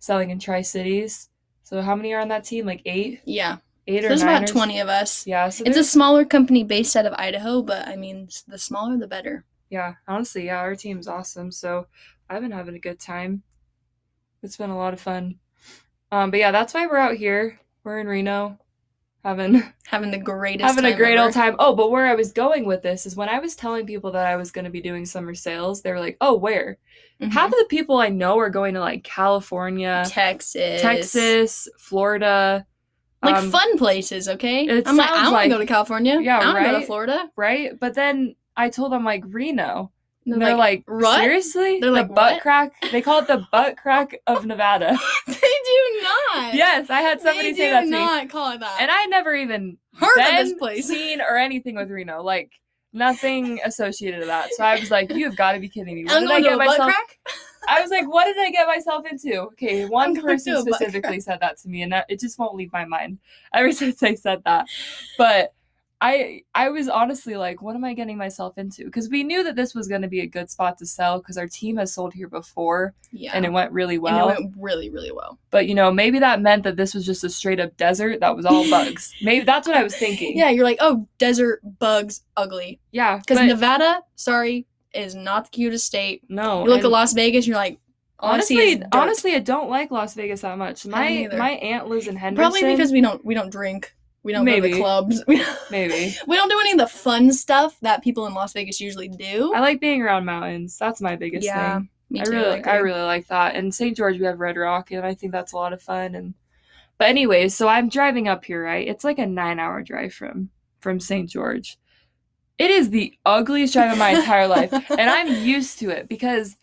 Speaker 1: selling in Tri Cities. So how many are on that team? Like eight,
Speaker 2: Yeah,
Speaker 1: eight
Speaker 2: so
Speaker 1: or
Speaker 2: there's
Speaker 1: nine
Speaker 2: about
Speaker 1: or-
Speaker 2: 20 of us.
Speaker 1: Yeah, so
Speaker 2: It's a
Speaker 1: there's-
Speaker 2: smaller company based out of Idaho, but I mean, s- the smaller the better.
Speaker 1: yeah. Honestly, yeah, our team's awesome. So I've been having a good time. It's been a lot of fun. Um, but yeah, that's why we're out here. We're in Reno, having
Speaker 2: Having the greatest
Speaker 1: having a
Speaker 2: time
Speaker 1: great
Speaker 2: ever.
Speaker 1: old time. Oh, but where I was going with this is when I was telling people that I was going to be doing summer sales, they were like, "Oh, where?"
Speaker 2: Mhm.
Speaker 1: Half of the people I know are going to like California,
Speaker 2: Texas.
Speaker 1: Texas, Florida.
Speaker 2: Like
Speaker 1: um,
Speaker 2: fun places, okay?
Speaker 1: it
Speaker 2: I'm like, I
Speaker 1: sounds
Speaker 2: want to
Speaker 1: like-
Speaker 2: go to California.
Speaker 1: Yeah,
Speaker 2: I want to go
Speaker 1: right?
Speaker 2: to Florida.
Speaker 1: right? But then I told them like Reno.
Speaker 2: And
Speaker 1: And they're like,
Speaker 2: "What?"
Speaker 1: seriously?
Speaker 2: They're
Speaker 1: the
Speaker 2: like,
Speaker 1: butt
Speaker 2: "What?"
Speaker 1: crack. They call it the butt crack of Nevada.
Speaker 2: they do not.
Speaker 1: yes, I had somebody
Speaker 2: they
Speaker 1: say
Speaker 2: do
Speaker 1: that to me,
Speaker 2: not call it that.
Speaker 1: and I never even
Speaker 2: heard
Speaker 1: been
Speaker 2: of this place.
Speaker 1: seen or anything with Reno. Like nothing associated to that. So I was like, you have got to be kidding me. What
Speaker 2: I'm
Speaker 1: did I
Speaker 2: going to
Speaker 1: get
Speaker 2: a butt
Speaker 1: myself?
Speaker 2: crack.
Speaker 1: I was like, what did I get myself into? Okay, one
Speaker 2: going
Speaker 1: person
Speaker 2: to a butt
Speaker 1: specifically said that to me, and that, it just won't leave my mind ever since I said that. But I I was honestly like, what am I getting myself into? Because we knew that this was going to be a good spot to sell because our team has sold here before
Speaker 2: Yeah.
Speaker 1: and it went really
Speaker 2: And
Speaker 1: well.
Speaker 2: it went really, really well.
Speaker 1: but you know, maybe that meant that this was just a straight up desert that was all bugs. maybe that's what I was thinking.
Speaker 2: Yeah, you're like, oh, desert bugs, ugly.
Speaker 1: yeah.
Speaker 2: Because
Speaker 1: but
Speaker 2: Nevada, sorry, is not the cutest state.
Speaker 1: no,
Speaker 2: You
Speaker 1: Oh,
Speaker 2: look
Speaker 1: and-
Speaker 2: at Las Vegas, you're like, all I see is
Speaker 1: Honestly,
Speaker 2: dirt.
Speaker 1: honestly, I don't like Las Vegas that much. My
Speaker 2: neither.
Speaker 1: my aunt lives in Henderson.
Speaker 2: probably because we don't we don't drink, we don't go to
Speaker 1: Maybe.
Speaker 2: the clubs, we don't,
Speaker 1: maybe
Speaker 2: We don't do any of the fun stuff that people in Las Vegas usually do.
Speaker 1: I like being around mountains. That's my biggest
Speaker 2: Yeah,
Speaker 1: thing.
Speaker 2: me
Speaker 1: I
Speaker 2: too,
Speaker 1: really, I
Speaker 2: agree.
Speaker 1: really like that. And St. George, we have Red Rock, and I think that's a lot of fun. And but anyways, so I'm driving up here, right? It's like a nine-hour drive from from St. George. It is the ugliest drive of my entire life, and I'm used to it because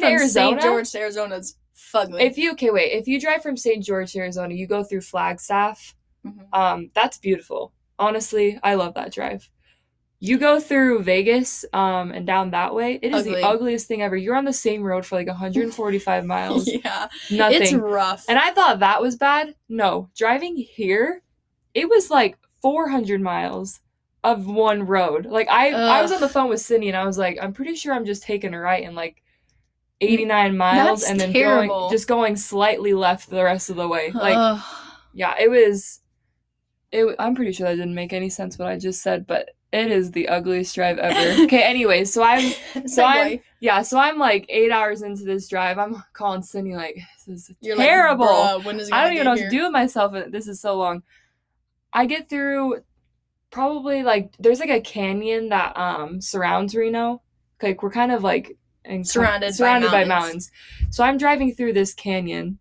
Speaker 1: driving to
Speaker 2: from St.
Speaker 1: Arizona-
Speaker 2: George to Arizona's fugly.
Speaker 1: if you okay, wait, if you drive from St. George to Arizona, you go through Flagstaff.
Speaker 2: Mhm.
Speaker 1: Um, that's beautiful. Honestly, I love that drive. You go through Vegas um, and down that way. It is
Speaker 2: Ugly.
Speaker 1: the ugliest thing ever. You're on the same road for like 145 miles.
Speaker 2: yeah,
Speaker 1: Nothing.
Speaker 2: it's rough.
Speaker 1: and I thought that was bad. No, driving here, it was like 400 miles of one road. Like I, I was
Speaker 2: Ugh.
Speaker 1: on the phone with Sydney and I was like, I'm pretty sure I'm just taking a right and like 89 miles
Speaker 2: That's
Speaker 1: and then
Speaker 2: terrible.
Speaker 1: going just going slightly left the rest of the way. Like
Speaker 2: Ugh.
Speaker 1: yeah, it was. It. wa- I'm pretty sure that didn't make any sense what I just said, but it is the ugliest drive ever. okay. Anyway, so I'm so I'm
Speaker 2: Segway.
Speaker 1: yeah, so I'm like eight hours into this drive. I'm calling Cindy like this is
Speaker 2: You're like,
Speaker 1: terrible.
Speaker 2: "Bruh, when is it
Speaker 1: I
Speaker 2: gonna
Speaker 1: don't even
Speaker 2: get
Speaker 1: know what
Speaker 2: here?"
Speaker 1: to do with myself. and This is so long. I get through probably like there's like a canyon that um surrounds Reno. Like we're kind of like encom-
Speaker 2: Surrounded by
Speaker 1: surrounded by
Speaker 2: mountains.
Speaker 1: mountains. So I'm driving through this canyon.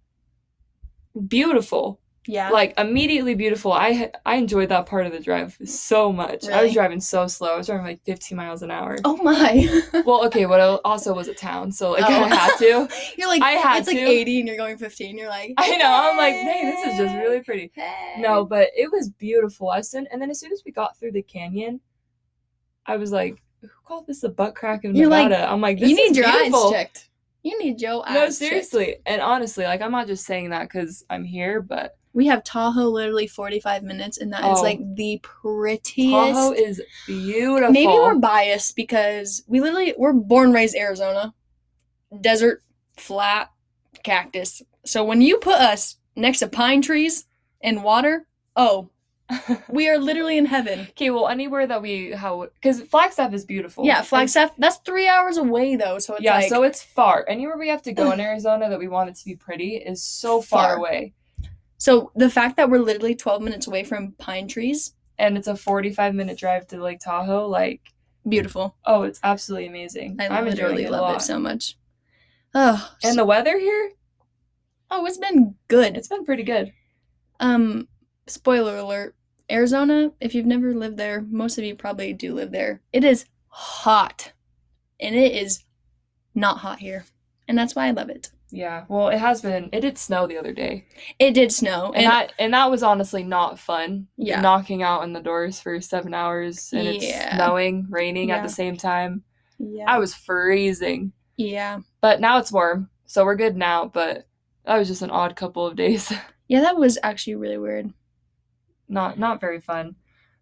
Speaker 1: Beautiful.
Speaker 2: Yeah.
Speaker 1: like immediately beautiful. I I enjoyed that part of the drive so much. I
Speaker 2: Really?
Speaker 1: was driving so slow. I was driving like 15 miles an hour.
Speaker 2: oh my.
Speaker 1: Well, okay, what el- also was a town, so like
Speaker 2: Oh.
Speaker 1: I had to.
Speaker 2: You're like
Speaker 1: I had
Speaker 2: it's like
Speaker 1: to.
Speaker 2: 80 and you're going 15. You're like
Speaker 1: I know. I'm like, dang, this is just
Speaker 2: "Hey,
Speaker 1: really pretty.
Speaker 2: hey."
Speaker 1: No, but it was beautiful. As soon and then as soon as we got through the canyon, I was like, who called this the butt crack in
Speaker 2: You're like,
Speaker 1: Nevada? I'm like, this
Speaker 2: you need
Speaker 1: is
Speaker 2: your
Speaker 1: beautiful.
Speaker 2: eyes checked. You need your eyes.
Speaker 1: No,
Speaker 2: checked.
Speaker 1: seriously, and honestly, like I'm not just saying that because I'm here, but
Speaker 2: We have Tahoe literally 45 minutes, and that is
Speaker 1: Oh.
Speaker 2: like the prettiest.
Speaker 1: Tahoe is beautiful.
Speaker 2: Maybe we're biased because we literally we're born raised Arizona, desert, flat, cactus. So when you put us next to pine trees and water, oh, we are literally in heaven.
Speaker 1: okay. Well, anywhere that we how because Flagstaff is beautiful.
Speaker 2: Yeah,
Speaker 1: It's-
Speaker 2: Flagstaff. That's three hours away though, so it's
Speaker 1: yeah,
Speaker 2: like
Speaker 1: so it's far. Anywhere we have to go in Arizona that we want it to be pretty is so far,
Speaker 2: Far.
Speaker 1: away,
Speaker 2: so the fact that we're literally 12 minutes away from pine trees,
Speaker 1: and it's a 45 minute drive to Lake Tahoe. Like,
Speaker 2: beautiful.
Speaker 1: oh, it's absolutely amazing.
Speaker 2: I
Speaker 1: am
Speaker 2: literally
Speaker 1: enjoying it a
Speaker 2: love
Speaker 1: lot.
Speaker 2: it so much. Oh,
Speaker 1: And
Speaker 2: so-
Speaker 1: the weather here,
Speaker 2: oh, it's been good.
Speaker 1: it's been pretty good.
Speaker 2: Um, spoiler alert: Arizona. If you've never lived there, most of you probably do live there. It is hot, and it is not hot here, and that's why I love it.
Speaker 1: Yeah. Well, it has been. It did snow the other day,
Speaker 2: It did snow,
Speaker 1: and, that and that was honestly not fun.
Speaker 2: Yeah.
Speaker 1: Knocking out on the doors for seven hours and it's
Speaker 2: Yeah.
Speaker 1: snowing, raining
Speaker 2: Yeah.
Speaker 1: at the same time.
Speaker 2: yeah,
Speaker 1: I was freezing.
Speaker 2: yeah,
Speaker 1: But now it's warm, so we're good now. But that was just an odd couple of days.
Speaker 2: yeah. That was actually really weird.
Speaker 1: not not very fun.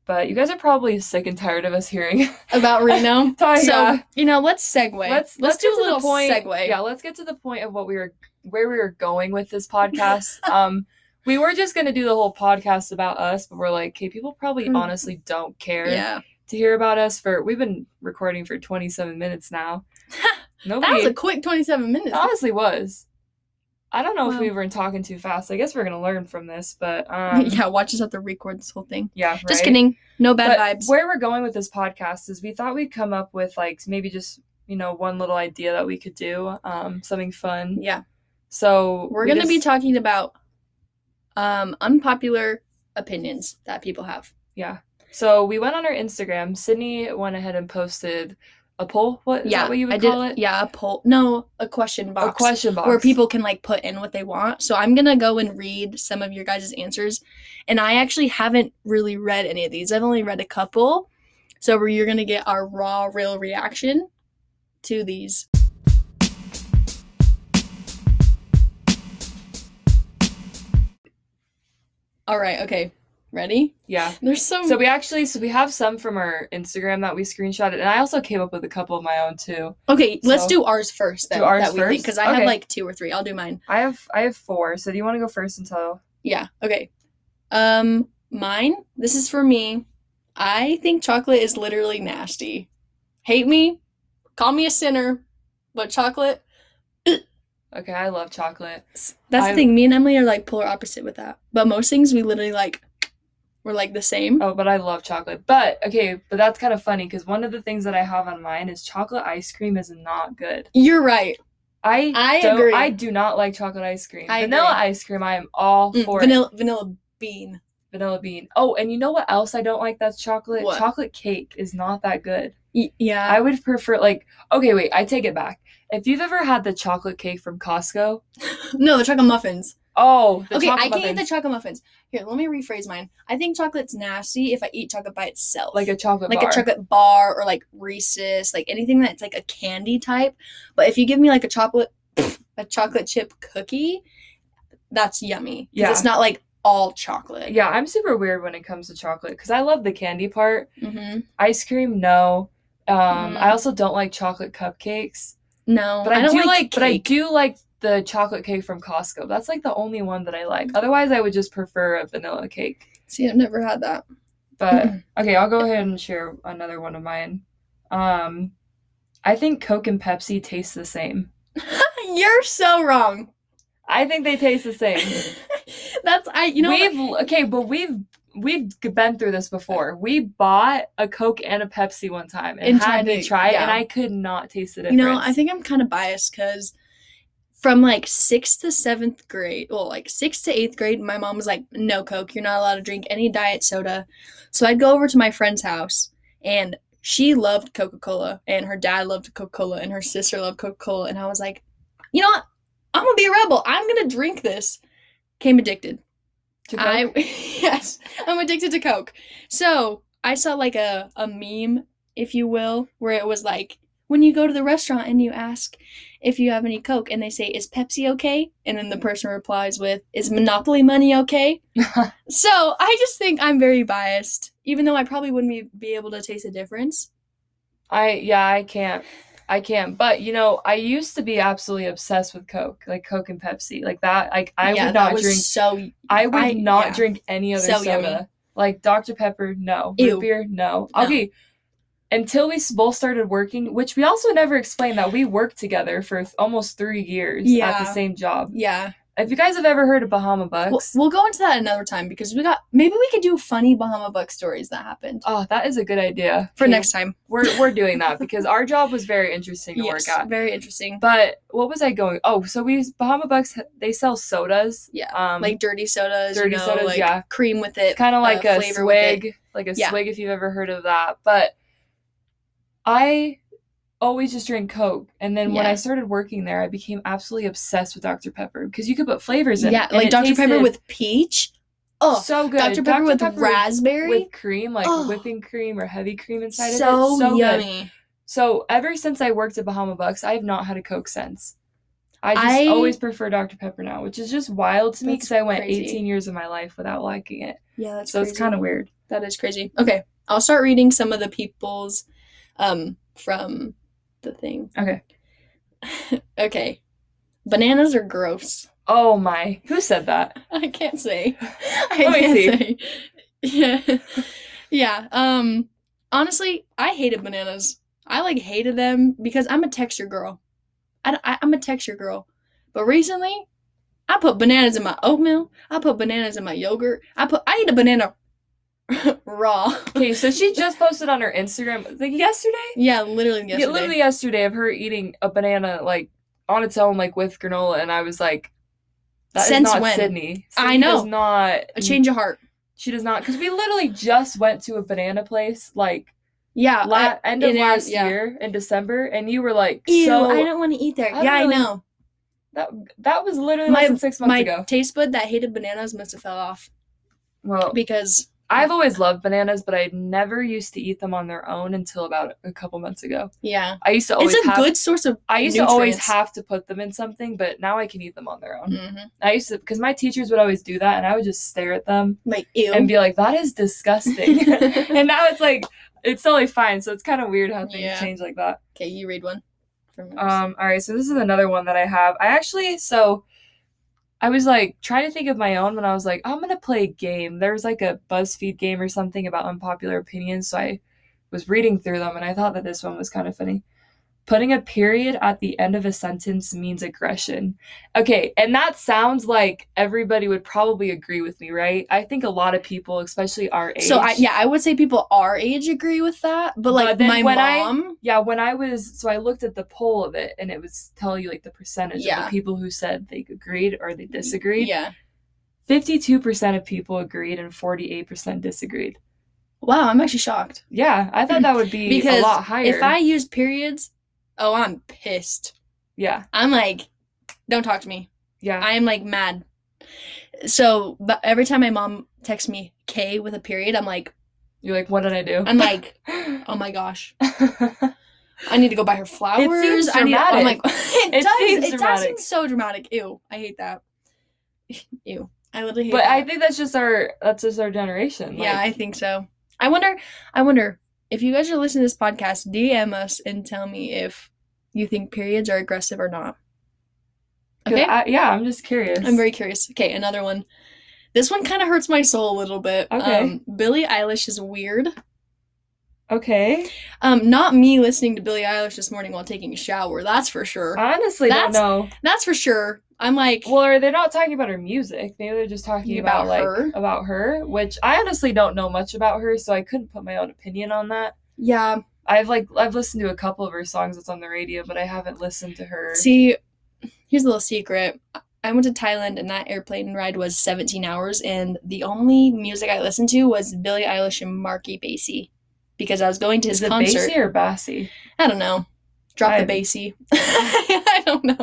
Speaker 1: But you guys are probably sick and tired of us hearing.
Speaker 2: About Reno.
Speaker 1: Sorry,
Speaker 2: so
Speaker 1: yeah.
Speaker 2: you know, let's segue.
Speaker 1: let's let's
Speaker 2: do
Speaker 1: get
Speaker 2: a
Speaker 1: to
Speaker 2: little
Speaker 1: the point.
Speaker 2: segue.
Speaker 1: Yeah, let's get to the point of what we were where we were going with this podcast. um, we were just gonna do the whole podcast about us, but we're like, okay, people probably
Speaker 2: Mm.
Speaker 1: honestly don't care
Speaker 2: yeah.
Speaker 1: to hear about us. For we've been recording for twenty seven minutes now. Nobody
Speaker 2: That was a quick 27
Speaker 1: It
Speaker 2: minutes.
Speaker 1: honestly was. I don't know if
Speaker 2: Wow.
Speaker 1: we were talking too fast. I guess we're gonna learn from this, but um,
Speaker 2: yeah, watch us have to record this whole thing.
Speaker 1: yeah,
Speaker 2: Just
Speaker 1: right?
Speaker 2: kidding. No bad
Speaker 1: But
Speaker 2: vibes.
Speaker 1: Where we're going with this podcast is we thought we'd come up with like maybe just you know one little idea that we could do, um, something fun.
Speaker 2: Yeah.
Speaker 1: So
Speaker 2: We're
Speaker 1: we
Speaker 2: going to be
Speaker 1: just-
Speaker 2: talking about um unpopular opinions that people have.
Speaker 1: yeah. So we went on our Instagram. Sydney went ahead and posted a poll. What is
Speaker 2: yeah.
Speaker 1: that what you would
Speaker 2: I
Speaker 1: call
Speaker 2: did,
Speaker 1: it?
Speaker 2: Yeah, a poll. No, a question box.
Speaker 1: A question box
Speaker 2: Where people can like put in what they want. So I'm gonna go and read some of your guys' answers. And I actually haven't really read any of these. I've only read a couple. So where you're gonna get our raw, real reaction to these. All right, okay. Ready?
Speaker 1: Yeah.
Speaker 2: There's some
Speaker 1: So we actually so we have some from our Instagram that we screenshotted, and I also came up with a couple of my own too.
Speaker 2: Okay, let's
Speaker 1: So-
Speaker 2: do ours first then.
Speaker 1: Do ours
Speaker 2: that we think
Speaker 1: first?
Speaker 2: because I have
Speaker 1: Okay.
Speaker 2: like two or three. I'll do mine.
Speaker 1: I have I have four. So do you want to go first and tell?
Speaker 2: Yeah. Okay. Um, mine. This is for me. I think chocolate is literally nasty. Hate me, call me a sinner, but chocolate.
Speaker 1: Okay, I love chocolate.
Speaker 2: That's the
Speaker 1: I-
Speaker 2: thing. Me and Emily are like polar opposite with that. But most things we literally like. We're like the same.
Speaker 1: Oh, but I love chocolate. But okay, but that's kind of funny because one of the things that I have on mine is chocolate ice cream is not good.
Speaker 2: You're right.
Speaker 1: I
Speaker 2: I
Speaker 1: don't,
Speaker 2: agree.
Speaker 1: I do not like chocolate ice cream.
Speaker 2: I
Speaker 1: vanilla
Speaker 2: agree.
Speaker 1: ice cream, I am all
Speaker 2: Mm,
Speaker 1: for
Speaker 2: vanilla vanilla bean.
Speaker 1: it. vanilla bean. Oh, and you know what else I don't like? That's chocolate.
Speaker 2: What?
Speaker 1: Chocolate cake is not that good.
Speaker 2: Y- yeah.
Speaker 1: I would prefer like okay, wait, I take it back. If you've ever had the chocolate cake from Costco,
Speaker 2: no, the chocolate muffins.
Speaker 1: oh, the
Speaker 2: okay, I
Speaker 1: chocolate
Speaker 2: can't eat the
Speaker 1: muffins,
Speaker 2: chocolate muffins. Here, let me rephrase mine. I think chocolate's nasty if I eat chocolate by itself.
Speaker 1: like a chocolate
Speaker 2: like
Speaker 1: bar.
Speaker 2: a chocolate bar or like Reese's, like anything that's like a candy type. But if you give me like a chocolate a chocolate chip cookie, that's yummy. Yeah.
Speaker 1: Yeah.
Speaker 2: It's not like all chocolate.
Speaker 1: Yeah, I'm super weird when it comes to chocolate because I love the candy part.
Speaker 2: hmm
Speaker 1: ice cream no um
Speaker 2: Mm.
Speaker 1: i also don't like chocolate cupcakes
Speaker 2: No.
Speaker 1: but i,
Speaker 2: don't
Speaker 1: do like, but i
Speaker 2: cake.
Speaker 1: do like the chocolate cake from costco that's like the only one that i like otherwise i would just prefer a vanilla cake
Speaker 2: See, I've never had that.
Speaker 1: but okay i'll go ahead and share another one of mine um i think coke and pepsi taste the same
Speaker 2: You're so wrong.
Speaker 1: i think they taste the same
Speaker 2: that's I you know what?
Speaker 1: we've okay but we've we've been through this before we bought a coke and a pepsi one time and,
Speaker 2: And
Speaker 1: had
Speaker 2: tried
Speaker 1: me
Speaker 2: it,
Speaker 1: try it
Speaker 2: yeah.
Speaker 1: and i could not taste the
Speaker 2: You
Speaker 1: difference
Speaker 2: know, I think I'm kind of biased because from like sixth to seventh grade, well, like sixth to eighth grade, my mom was like, no Coke, you're not allowed to drink any diet soda. So I'd go over to my friend's house and she loved Coca Cola and her dad loved Coca Cola and her sister loved Coca Cola. And I was like, you know what? I'm going to be a rebel. I'm going to drink this. Came addicted.
Speaker 1: To Coke?
Speaker 2: I yes, I'm addicted to Coke. So I saw like a, a meme, if you will, where it was like when you go to the restaurant and you ask if you have any Coke and they say, Is Pepsi okay? And
Speaker 1: Mm-hmm.
Speaker 2: then the person replies with, Is Monopoly money okay? so I just think I'm very biased, even though I probably wouldn't be, be able to taste the difference.
Speaker 1: I yeah, I can't. I can't. But you know, I used to be absolutely obsessed with Coke, like Coke and Pepsi, like that. Like I
Speaker 2: Yeah,
Speaker 1: would
Speaker 2: that
Speaker 1: not
Speaker 2: was
Speaker 1: drink.
Speaker 2: so
Speaker 1: I would
Speaker 2: I-
Speaker 1: not
Speaker 2: yeah.
Speaker 1: drink any other
Speaker 2: So
Speaker 1: soda.
Speaker 2: yummy.
Speaker 1: Like Dr Pepper, no.
Speaker 2: Ew.
Speaker 1: Root beer, no.
Speaker 2: No.
Speaker 1: Okay. Until we s- both started working, which we also never explained that we worked together for th- almost three years at
Speaker 2: Yeah.
Speaker 1: the same job.
Speaker 2: yeah.
Speaker 1: If you guys have ever heard of Bahama
Speaker 2: We'll,
Speaker 1: Bucks,
Speaker 2: we'll go into that another time because we got maybe we could do funny Bahama Buck stories that happened
Speaker 1: oh, that is a good idea
Speaker 2: for
Speaker 1: Okay,
Speaker 2: next time.
Speaker 1: We're we're doing that because our job was very interesting to
Speaker 2: Yes,
Speaker 1: work at.
Speaker 2: very interesting.
Speaker 1: But what was I going? Oh, so we Bahama Bucks they sell sodas.
Speaker 2: Yeah,
Speaker 1: Um,
Speaker 2: like dirty sodas,
Speaker 1: dirty
Speaker 2: you know,
Speaker 1: sodas,
Speaker 2: like
Speaker 1: yeah.
Speaker 2: cream with it.
Speaker 1: kind of like a
Speaker 2: flavor with it.
Speaker 1: swig, like a
Speaker 2: Yeah.
Speaker 1: swig if you've ever heard of that. But I always just drink Coke, and then when
Speaker 2: Yeah.
Speaker 1: I started working there, I became absolutely obsessed with Dr Pepper because you could put flavors in.
Speaker 2: yeah,
Speaker 1: it, and
Speaker 2: like
Speaker 1: it
Speaker 2: Dr Pepper
Speaker 1: tasted
Speaker 2: with peach. Oh,
Speaker 1: so good.
Speaker 2: Dr Pepper with raspberry.
Speaker 1: with cream, like
Speaker 2: Oh.
Speaker 1: whipping cream or heavy cream inside of
Speaker 2: so,
Speaker 1: it. So good.
Speaker 2: yummy.
Speaker 1: So ever since I worked at Bahama Bucks, I have not had a Coke since. I just
Speaker 2: I-
Speaker 1: always prefer Dr Pepper now, which is just wild to me
Speaker 2: That's
Speaker 1: because I went
Speaker 2: crazy.
Speaker 1: 18 years of my life without liking it.
Speaker 2: Yeah, that's
Speaker 1: so it's kind of weird.
Speaker 2: that is crazy. Okay, I'll start reading some of the people's um from the thing.
Speaker 1: Okay.
Speaker 2: Okay, bananas are gross.
Speaker 1: Oh my, who said that?
Speaker 2: I can't say. I
Speaker 1: Let me
Speaker 2: can't
Speaker 1: see.
Speaker 2: say. Yeah, yeah. Um, honestly, I hated bananas. I like hated them because I'm a texture girl. I, I I'm a texture girl, but recently. I put bananas in my oatmeal. I put bananas in my yogurt. I put I eat a banana raw.
Speaker 1: Okay, so she just posted on her Instagram like yesterday.
Speaker 2: Yeah, literally
Speaker 1: Yeah,
Speaker 2: yesterday.
Speaker 1: literally yesterday of her eating a banana like on its own, like with granola, and I was like, "That is
Speaker 2: Since
Speaker 1: not
Speaker 2: when?
Speaker 1: Sydney.
Speaker 2: I
Speaker 1: Sydney Does
Speaker 2: know.
Speaker 1: not
Speaker 2: a change of heart.
Speaker 1: She does not because we literally just went to a banana place like
Speaker 2: Yeah, I-
Speaker 1: la- end of
Speaker 2: it is,
Speaker 1: last
Speaker 2: Uh, yeah.
Speaker 1: year in December, and you were like,
Speaker 2: ew,
Speaker 1: "So
Speaker 2: I don't want to eat there.
Speaker 1: I don't
Speaker 2: yeah,
Speaker 1: really
Speaker 2: I know.
Speaker 1: that that was literally
Speaker 2: My-
Speaker 1: less than six months
Speaker 2: My
Speaker 1: ago."
Speaker 2: taste bud that hated bananas must have fell off
Speaker 1: Well,
Speaker 2: because
Speaker 1: I've always loved bananas, but I never used to eat them on their own until about a couple months ago.
Speaker 2: yeah,
Speaker 1: I used to always
Speaker 2: it's a
Speaker 1: have
Speaker 2: good source of.
Speaker 1: I used to always
Speaker 2: nutrients.
Speaker 1: have to put them in something, but now I can eat them on their own.
Speaker 2: Mhm.
Speaker 1: I used to because my teachers would always do that, and I would just stare at them
Speaker 2: Like ew.
Speaker 1: and be like, "That is disgusting." and now it's like it's totally fine. So it's kind of weird how things
Speaker 2: Yeah.
Speaker 1: change like that.
Speaker 2: okay, you read one. From yours.
Speaker 1: Um, all right, so this is another one that I have. I actually so I was like trying to think of my own when I was like, I'm gonna play a game. There was like a BuzzFeed game or something about unpopular opinions, so I was reading through them and I thought that this one was kind of funny. Putting a period at the end of a sentence means aggression. Okay, and that sounds like everybody would probably agree with me, right? I think a lot of people, especially our age.
Speaker 2: so I yeah, I would say people our age agree with that, but like
Speaker 1: But then
Speaker 2: my
Speaker 1: when I-
Speaker 2: mom.
Speaker 1: Yeah, when I was so I looked at the poll of it and it was telling you like the percentage of
Speaker 2: Yeah.
Speaker 1: the people who said they agreed or they disagreed.
Speaker 2: yeah.
Speaker 1: Fifty-two percent of people agreed and forty-eight percent disagreed.
Speaker 2: Wow, I'm actually shocked.
Speaker 1: Yeah, I thought that would be
Speaker 2: Because
Speaker 1: a lot higher.
Speaker 2: If I use periods, oh, I'm pissed.
Speaker 1: yeah
Speaker 2: I'm like, don't talk to me.
Speaker 1: yeah
Speaker 2: I am like mad. So, but every time my mom texts me K with a period, I'm like,
Speaker 1: you're like what did I do?
Speaker 2: I'm like, oh my gosh, I need to go buy her flowers.
Speaker 1: It seems
Speaker 2: I need. to-" I'm like,
Speaker 1: dramatic.
Speaker 2: it,
Speaker 1: It
Speaker 2: does.
Speaker 1: seems
Speaker 2: it does seem
Speaker 1: dramatic.
Speaker 2: so dramatic. Ew, I hate that. Ew, I literally hate.
Speaker 1: but I
Speaker 2: that.
Speaker 1: think that's just our that's just our generation.
Speaker 2: yeah,
Speaker 1: like,
Speaker 2: I think so. I wonder. I wonder if you guys are listening to this podcast, DM us and tell me if you think periods are aggressive or not.
Speaker 1: 'cause I, yeah, I'm just curious.
Speaker 2: I'm very curious. Okay, another one. This one kind of hurts my soul a little bit.
Speaker 1: Okay.
Speaker 2: Um, Billie Eilish is weird.
Speaker 1: okay.
Speaker 2: Um, not me listening to Billie Eilish this morning while taking a shower. That's for sure.
Speaker 1: I honestly
Speaker 2: That's-
Speaker 1: don't know.
Speaker 2: that's for sure. I'm like,
Speaker 1: Well, are they not talking about her music? Maybe they're just talking about,
Speaker 2: About
Speaker 1: like
Speaker 2: her?
Speaker 1: about her, which I honestly don't know much about her, so I couldn't put my own opinion on that.
Speaker 2: yeah.
Speaker 1: I've like I've listened to a couple of her songs that's on the radio, but I haven't listened to her.
Speaker 2: See, here's a little secret. I went to Thailand and that airplane ride was 17 hours, and the only music I listened to was Billie Eilish and Marky Basie because I was going to his
Speaker 1: Is it
Speaker 2: concert.
Speaker 1: Basie or Bassie?
Speaker 2: I don't know. Drop
Speaker 1: I-
Speaker 2: the Basie. I don't know.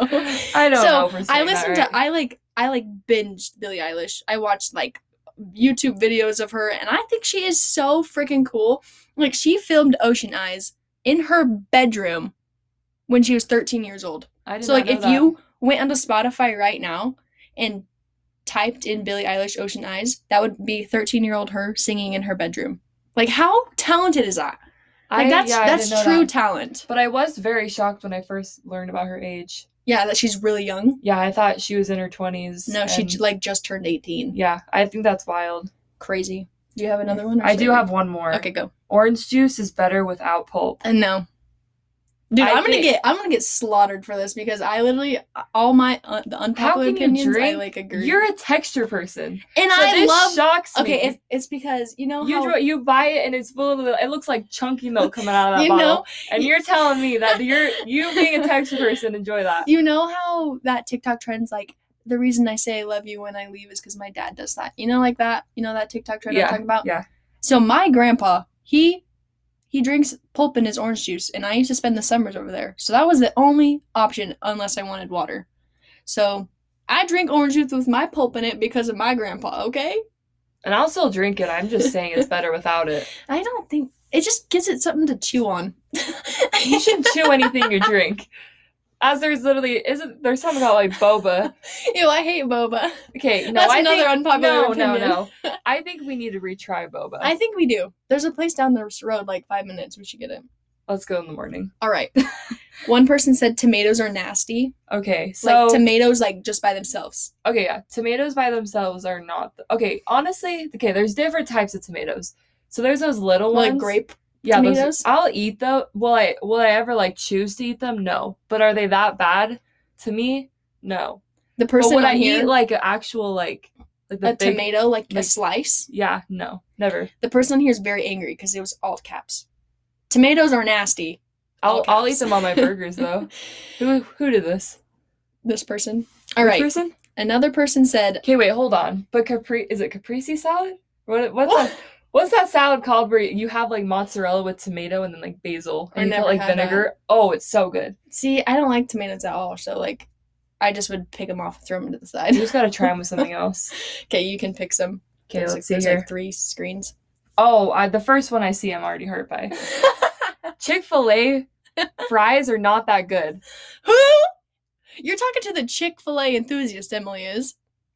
Speaker 1: I don't
Speaker 2: So,
Speaker 1: know. If we're
Speaker 2: I
Speaker 1: saying that
Speaker 2: listened
Speaker 1: right.
Speaker 2: to I like I like binged Billie Eilish. I watched like YouTube videos of her and I think she is so freaking cool. Like she filmed Ocean Eyes in her bedroom when she was 13 years old.
Speaker 1: I did
Speaker 2: So like
Speaker 1: not know
Speaker 2: if
Speaker 1: that.
Speaker 2: you went onto Spotify right now and typed in Billie Eilish Ocean Eyes, that would be 13-year-old her singing in her bedroom. Like how talented is that? Like
Speaker 1: I-
Speaker 2: that's
Speaker 1: yeah, I
Speaker 2: that's
Speaker 1: didn't know
Speaker 2: true
Speaker 1: that.
Speaker 2: talent.
Speaker 1: But I was very shocked when I first learned about her age.
Speaker 2: Yeah, that she's really young.
Speaker 1: Yeah, I thought she was in her twenties.
Speaker 2: No, she j-
Speaker 1: and-
Speaker 2: like just turned 18.
Speaker 1: Yeah, I think that's wild.
Speaker 2: crazy. Do you have another one? or
Speaker 1: I do
Speaker 2: should
Speaker 1: have one more.
Speaker 2: Okay, go.
Speaker 1: Orange juice is better without pulp.
Speaker 2: And no,
Speaker 1: I
Speaker 2: dude, I am gonna
Speaker 1: think-
Speaker 2: get I'm gonna get slaughtered for this because I literally all my uh, the unpopular
Speaker 1: can you
Speaker 2: opinions I
Speaker 1: drink?
Speaker 2: like agree.
Speaker 1: You're a texture person.
Speaker 2: and
Speaker 1: So
Speaker 2: I
Speaker 1: this
Speaker 2: love.
Speaker 1: shocks me.
Speaker 2: okay, it's, it's because you know
Speaker 1: you
Speaker 2: how
Speaker 1: dro- you buy it and it's full of it looks like chunky milk coming out of that
Speaker 2: You
Speaker 1: bottle.
Speaker 2: know-
Speaker 1: and you're telling me that you're you being a texture person enjoy that.
Speaker 2: you know how that TikTok trends like. The reason I say I love you when I leave is because my dad does that. You know, like that. You know that TikTok trend I'm
Speaker 1: Yeah,
Speaker 2: talking about.
Speaker 1: yeah.
Speaker 2: So my grandpa, he he drinks pulp in his orange juice, and I used to spend the summers over there. So that was the only option unless I wanted water. So I drink orange juice with my pulp in it because of my grandpa, okay?
Speaker 1: And I'll still drink it. I'm just saying it's better without it.
Speaker 2: I don't think it just gives it something to chew on.
Speaker 1: You shouldn't chew anything you drink. As there's literally isn't there's something about like boba.
Speaker 2: Ew, I hate boba.
Speaker 1: Okay, no,
Speaker 2: That's
Speaker 1: I
Speaker 2: another
Speaker 1: think,
Speaker 2: unpopular
Speaker 1: no,
Speaker 2: opinion.
Speaker 1: no, no. I think we need to retry boba.
Speaker 2: I think we do. There's a place down the road, like five minutes. We should get it.
Speaker 1: Let's go in the morning.
Speaker 2: All right. One person said tomatoes are nasty.
Speaker 1: Okay, so
Speaker 2: like tomatoes, like just by themselves.
Speaker 1: okay, yeah, tomatoes by themselves are not th- okay. Honestly, okay, there's different types of tomatoes. So there's those little ones,
Speaker 2: Like grape.
Speaker 1: yeah, those-
Speaker 2: tomatoes?
Speaker 1: I'll eat them. Will I? Will I ever like choose to eat them? No. But are they that bad? To me, no.
Speaker 2: The
Speaker 1: But
Speaker 2: person
Speaker 1: would
Speaker 2: on
Speaker 1: I
Speaker 2: here,
Speaker 1: eat like an actual like like the
Speaker 2: a
Speaker 1: big,
Speaker 2: tomato, like a
Speaker 1: like-
Speaker 2: slice.
Speaker 1: Yeah, no, never.
Speaker 2: The person here is very angry because it was all caps. Tomatoes are nasty. All
Speaker 1: I'll I'll eat
Speaker 2: caps.
Speaker 1: them on my burgers though. who who did this?
Speaker 2: This person. All
Speaker 1: Which
Speaker 2: right.
Speaker 1: person?
Speaker 2: Another person said,
Speaker 1: Okay, wait, hold on. But capri is it caprese salad? What what's that? What's that salad called where you have like mozzarella with tomato and then like basil
Speaker 2: I
Speaker 1: and you put
Speaker 2: never
Speaker 1: like
Speaker 2: had that.
Speaker 1: vinegar? Oh, it's so good.
Speaker 2: "See, I don't like tomatoes at all, so like, I just would pick them off and throw them to the side."
Speaker 1: You just gotta try them with something else.
Speaker 2: okay, you can pick some.
Speaker 1: Okay,
Speaker 2: There's,
Speaker 1: let's
Speaker 2: like,
Speaker 1: see
Speaker 2: there's,
Speaker 1: here.
Speaker 2: like three screens.
Speaker 1: Oh, I, the first one I see, I'm already hurt by.
Speaker 2: Who?
Speaker 1: Chick Fil A fries are not that good.
Speaker 2: You're talking to the Chick Fil A enthusiast. Emily is.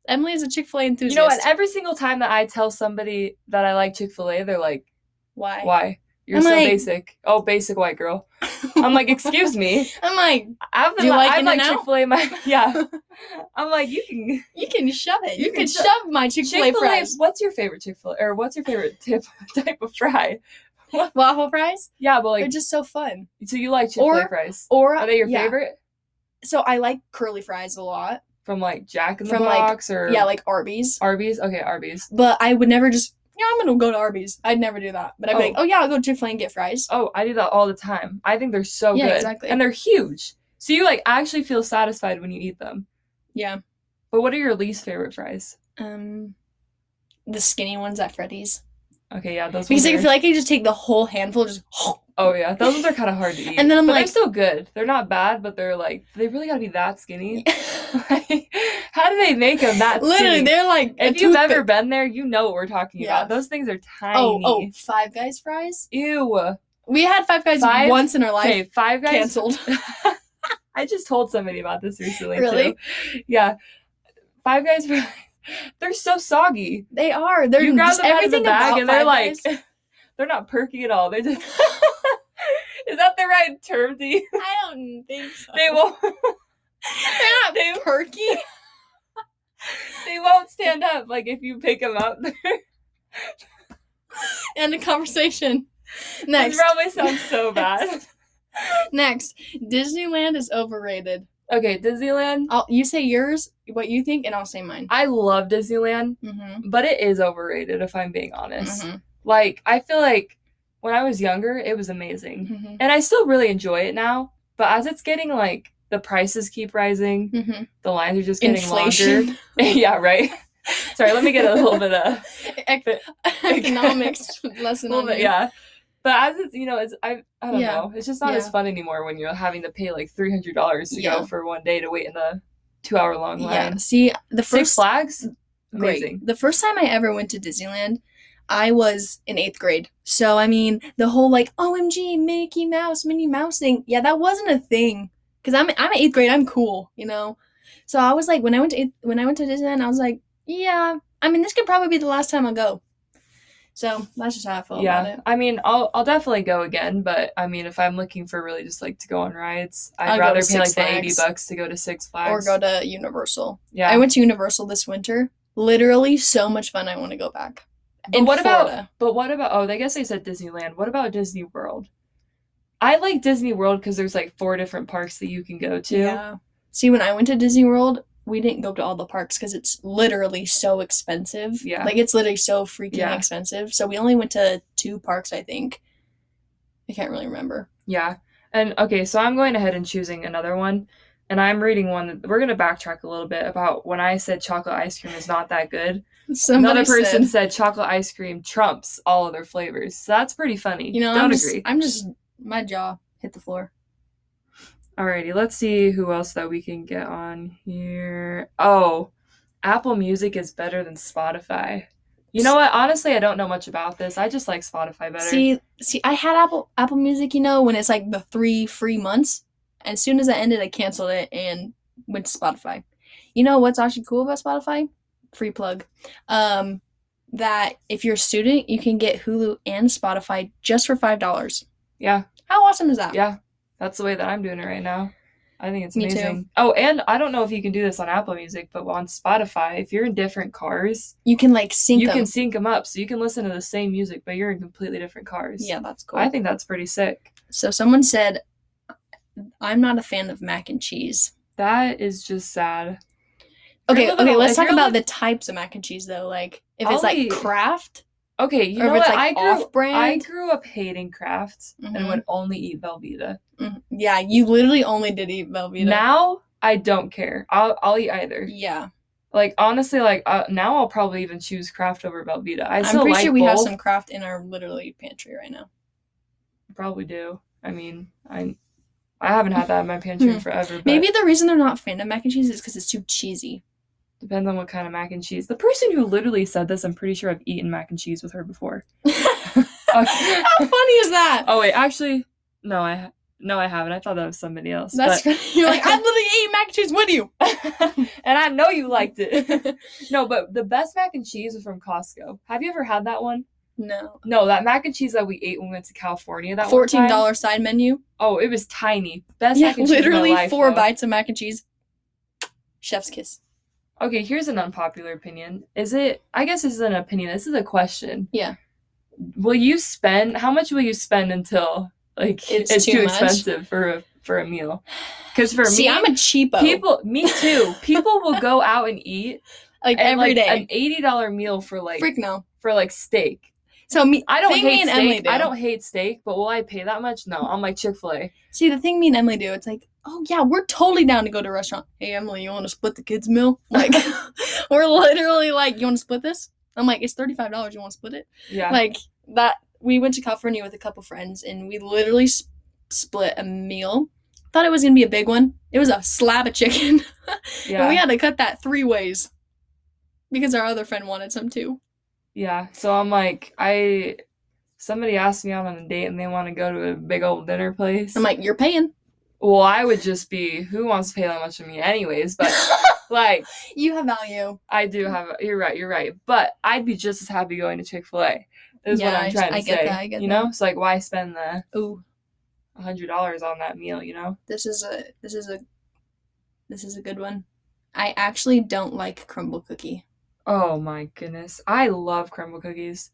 Speaker 2: Emily is a Chick Fil A enthusiast.
Speaker 1: You know, and every single time that I tell somebody that I like Chick Fil A, they're like,
Speaker 2: Why?
Speaker 1: "Why? You're
Speaker 2: I'm
Speaker 1: so
Speaker 2: like-
Speaker 1: basic." Oh, basic white girl. I'm like, "Excuse me,
Speaker 2: I'm like,
Speaker 1: I've been
Speaker 2: Do you
Speaker 1: li-
Speaker 2: like
Speaker 1: I like
Speaker 2: In-N-Out?
Speaker 1: Chick Fil A. My yeah." I'm like, "You can
Speaker 2: you can shove it. You,
Speaker 1: You
Speaker 2: can,
Speaker 1: can sho-
Speaker 2: shove my Chick Fil A
Speaker 1: Chick Fil A.
Speaker 2: fries.
Speaker 1: What's your favorite Chick Fil A or what's your favorite tip, type of fry?"
Speaker 2: Waffle fries.
Speaker 1: Yeah, but
Speaker 2: They're
Speaker 1: like,
Speaker 2: just so fun.
Speaker 1: so you like Chick Fil
Speaker 2: or-
Speaker 1: A fries?
Speaker 2: Or
Speaker 1: Are they your
Speaker 2: yeah.
Speaker 1: favorite
Speaker 2: So I like curly fries a lot.
Speaker 1: from like Jack in the
Speaker 2: From, like-
Speaker 1: Box or
Speaker 2: Yeah, like Arby's.
Speaker 1: Arby's? Okay, Arby's.
Speaker 2: But I would never just. Yeah, I'm gonna go to Arby's. I'd never do that. But I'd be like,
Speaker 1: Oh.
Speaker 2: oh yeah, I'll go to Chick Fil A and get fries.
Speaker 1: Oh, I do that all the time. I think they're so
Speaker 2: Yeah,
Speaker 1: good.
Speaker 2: exactly.
Speaker 1: And they're huge. So you like actually feel satisfied when you eat them.
Speaker 2: Yeah.
Speaker 1: But what are your least favorite fries?
Speaker 2: Um, the skinny ones at Freddy's.
Speaker 1: Okay, yeah, those
Speaker 2: Because
Speaker 1: ones.
Speaker 2: I
Speaker 1: are-
Speaker 2: feel like I just take the whole handful, just
Speaker 1: oh yeah, those ones are kind of hard to eat.
Speaker 2: And then I'm
Speaker 1: but
Speaker 2: like-
Speaker 1: they're still good. They're not bad, but they're like they really gotta be that skinny. Like, How do they make them that
Speaker 2: literally.
Speaker 1: skinny?
Speaker 2: They're like a
Speaker 1: If you've
Speaker 2: toothpick.
Speaker 1: ever been there, you know what we're talking
Speaker 2: Yeah.
Speaker 1: about. Those things are tiny.
Speaker 2: oh oh Five Guys fries.
Speaker 1: Ew.
Speaker 2: We had Five Guys
Speaker 1: Five-
Speaker 2: once in our life.
Speaker 1: Okay, five guys.
Speaker 2: Canceled.
Speaker 1: I just told somebody about this recently
Speaker 2: Really?
Speaker 1: too. Yeah, five guys. fries, They're so soggy.
Speaker 2: They are. They're
Speaker 1: you grab
Speaker 2: just
Speaker 1: them out of the
Speaker 2: everything
Speaker 1: bag
Speaker 2: about
Speaker 1: and they're
Speaker 2: Five
Speaker 1: like,
Speaker 2: Guys.
Speaker 1: they're not perky at all. They just is that the right term? Do you?
Speaker 2: I don't think so.
Speaker 1: They won't.
Speaker 2: They're not
Speaker 1: They-
Speaker 2: perky.
Speaker 1: They won't stand up. Like if you pick them up,
Speaker 2: End of conversation.
Speaker 1: this
Speaker 2: Next.
Speaker 1: probably sounds so bad.
Speaker 2: Next. Next. Disneyland is overrated.
Speaker 1: Okay, Disneyland.
Speaker 2: I'll, you say yours, what you think, and I'll say mine.
Speaker 1: I love Disneyland,
Speaker 2: Mm-hmm.
Speaker 1: but it is overrated. If I'm being honest, like I feel like when I was younger, it was amazing.
Speaker 2: Mm-hmm.
Speaker 1: and I still really enjoy it now. But as it's getting like the prices keep rising.
Speaker 2: Mm-hmm.
Speaker 1: The lines are just getting longer.
Speaker 2: Inflation,
Speaker 1: yeah, right. Sorry, let me get a little bit of
Speaker 2: Ec- economics lesson.
Speaker 1: a little
Speaker 2: on
Speaker 1: bit,
Speaker 2: you.
Speaker 1: yeah. But as it's you know, it's I I don't
Speaker 2: Yeah.
Speaker 1: know. It's just not as
Speaker 2: Yeah.
Speaker 1: fun anymore when you're having to pay like three hundred dollars to
Speaker 2: Yeah.
Speaker 1: go for one day to wait in the two hour long line.
Speaker 2: Yeah. See, the
Speaker 1: Six
Speaker 2: first
Speaker 1: Flags,
Speaker 2: Great.
Speaker 1: amazing.
Speaker 2: The first time I ever went to Disneyland, I was in eighth grade. So I mean, the whole like OMG Mickey Mouse, Minnie Mouse thing, yeah, that wasn't a thing. Cause I'm I'm in eighth grade. I'm cool, you know. So I was like, when I went to eighth, when I went to Disneyland, I was like, yeah. I mean, this could probably be the last time I go. So that's just how I feel
Speaker 1: yeah,
Speaker 2: about it.
Speaker 1: I mean, I'll I'll definitely go again, but I mean, if I'm looking for really just like to go on rides, I'd
Speaker 2: I'll go to
Speaker 1: rather pay
Speaker 2: Six
Speaker 1: like the eighty
Speaker 2: Flags.
Speaker 1: bucks to go to Six
Speaker 2: Or
Speaker 1: Flags
Speaker 2: go to Universal.
Speaker 1: Yeah,
Speaker 2: I went to Universal this winter. Literally, so much fun. I want to go back.
Speaker 1: But
Speaker 2: In
Speaker 1: what about
Speaker 2: Florida.
Speaker 1: but what about oh I guess they said Disneyland. What about Disney World? I like Disney World because there's like four different parks that you can go to.
Speaker 2: Yeah. See, when I went to Disney World, we didn't go to all the parks because it's literally so expensive.
Speaker 1: Yeah.
Speaker 2: Like it's literally so freaking
Speaker 1: Yeah.
Speaker 2: expensive. So we only went to two parks, I think. I can't really remember.
Speaker 1: Yeah. And okay, so I'm going ahead and choosing another one. And I'm reading one that we're gonna backtrack a little bit about when I said chocolate ice cream is not that good.
Speaker 2: Somebody
Speaker 1: Another person said
Speaker 2: said,
Speaker 1: chocolate ice cream trumps all other flavors. So that's pretty funny.
Speaker 2: you know,
Speaker 1: don't
Speaker 2: I'm just,
Speaker 1: agree.
Speaker 2: I'm just, my jaw hit the floor.
Speaker 1: Alrighty, let's see who else that we can get on here. Oh, Apple Music is better than Spotify. You know what? Honestly, I don't know much about this. I just like Spotify better.
Speaker 2: See, see, I had Apple Apple Music, you know, when it's like the three free months. And as soon as that ended, I canceled it and went to Spotify. You know what's actually cool about Spotify? Free plug. Um, that if you're a student, you can get Hulu and Spotify just for five dollars.
Speaker 1: yeah,
Speaker 2: How awesome is that?
Speaker 1: yeah. That's the way that I'm doing it right now. I think it's
Speaker 2: Me too.
Speaker 1: amazing. Oh, and I don't know if you can do this on Apple Music, but on Spotify, if you're in different cars,
Speaker 2: You can like sync
Speaker 1: you
Speaker 2: them.
Speaker 1: can sync them up. So you can listen to the same music, but you're in completely different cars.
Speaker 2: yeah, that's cool.
Speaker 1: I think that's pretty sick.
Speaker 2: so someone said, "I'm not a fan of mac and cheese."
Speaker 1: That is just sad. If
Speaker 2: Okay,
Speaker 1: you're living
Speaker 2: okay,
Speaker 1: a-
Speaker 2: let's
Speaker 1: if
Speaker 2: talk
Speaker 1: you're
Speaker 2: about
Speaker 1: li-
Speaker 2: the types of mac and cheese though. Like if
Speaker 1: I'll
Speaker 2: it's like
Speaker 1: eat-
Speaker 2: Kraft
Speaker 1: Okay, you
Speaker 2: or
Speaker 1: know
Speaker 2: if it's
Speaker 1: what?
Speaker 2: like
Speaker 1: I grew
Speaker 2: off brand.
Speaker 1: I grew up hating crafts and
Speaker 2: Mhm.
Speaker 1: would only eat Velveeta.
Speaker 2: Mhm. Yeah, you literally only did eat Velveeta.
Speaker 1: Now I don't care. I'll I'll eat either.
Speaker 2: yeah,
Speaker 1: Like honestly, like uh, now I'll probably even choose Kraft over Velveeta. I
Speaker 2: I'm
Speaker 1: still
Speaker 2: pretty
Speaker 1: like
Speaker 2: sure we have
Speaker 1: both.
Speaker 2: some craft in our literally pantry right now.
Speaker 1: Probably do. I mean, I I haven't had that in my pantry
Speaker 2: Hmm.
Speaker 1: in forever. But
Speaker 2: Maybe the reason they're not a fan of mac and cheese is because it's too cheesy.
Speaker 1: depends on what kind of mac and cheese. The person who literally said this, I'm pretty sure I've eaten mac and cheese with her before.
Speaker 2: How funny is that?
Speaker 1: Oh wait, actually, no, I ha- no, I haven't. I thought that was somebody else.
Speaker 2: That's
Speaker 1: but-
Speaker 2: funny. You're like, I literally ate mac and cheese. What do you?
Speaker 1: and I know you liked it. No, but the best mac and cheese was from Costco. Have you ever had that one?
Speaker 2: no.
Speaker 1: No, that mac and cheese that we ate when we went to California. That one
Speaker 2: Fourteen
Speaker 1: time-
Speaker 2: dollar side menu.
Speaker 1: Oh, it was tiny. Best
Speaker 2: yeah,
Speaker 1: mac and cheese of my
Speaker 2: literally
Speaker 1: life,
Speaker 2: four
Speaker 1: though.
Speaker 2: bites of mac and cheese. Chef's kiss.
Speaker 1: Okay, here's an unpopular opinion. Is it? I guess this is an opinion. This is a question.
Speaker 2: Yeah.
Speaker 1: Will you spend? How much will you spend until like
Speaker 2: It's
Speaker 1: it's,
Speaker 2: too
Speaker 1: too,
Speaker 2: much.
Speaker 1: expensive for a for a meal? Because for
Speaker 2: See,
Speaker 1: me,
Speaker 2: I'm a cheapo.
Speaker 1: people, me too. People will go out and eat
Speaker 2: like
Speaker 1: and,
Speaker 2: every
Speaker 1: like,
Speaker 2: day.
Speaker 1: an eighty dollar meal for like
Speaker 2: Freak no.
Speaker 1: for like steak.
Speaker 2: So me,
Speaker 1: I don't
Speaker 2: thing me
Speaker 1: hate
Speaker 2: and
Speaker 1: steak.
Speaker 2: Emily do.
Speaker 1: I don't hate steak, but will I pay that much? No, I'm like Chick Fil A.
Speaker 2: See, the thing me and Emily do, it's like, oh yeah, we're totally down to go to a restaurant. Hey Emily, you want to split the kids' meal? Like, we're literally like, you want to split this? I'm like, it's thirty five dollars. You want to split it?
Speaker 1: Yeah,
Speaker 2: Like that. We went to California with a couple friends, and we literally sp- split a meal. Thought it was gonna be a big one. It was a slab of chicken,
Speaker 1: yeah,
Speaker 2: and we had to cut that three ways because our other friend wanted some too.
Speaker 1: yeah. So I'm like, I somebody asked me out on a date and they want to go to a big old dinner place.
Speaker 2: I'm like, you're paying.
Speaker 1: well, I would just be, who wants to pay that much for me, anyways? But like,
Speaker 2: you have value.
Speaker 1: I do have. You're right. You're right. But I'd be just as happy going to Chick Fil A. Is
Speaker 2: Yeah,
Speaker 1: what
Speaker 2: I-
Speaker 1: I'm trying to
Speaker 2: I get
Speaker 1: say.
Speaker 2: that, I get
Speaker 1: you
Speaker 2: that.
Speaker 1: know, it's like why spend the
Speaker 2: Ooh,
Speaker 1: hundred dollars on that meal? You know.
Speaker 2: this is a this is a this is a good one. I actually don't like crumble cookie.
Speaker 1: Oh my goodness, I love crumble cookies.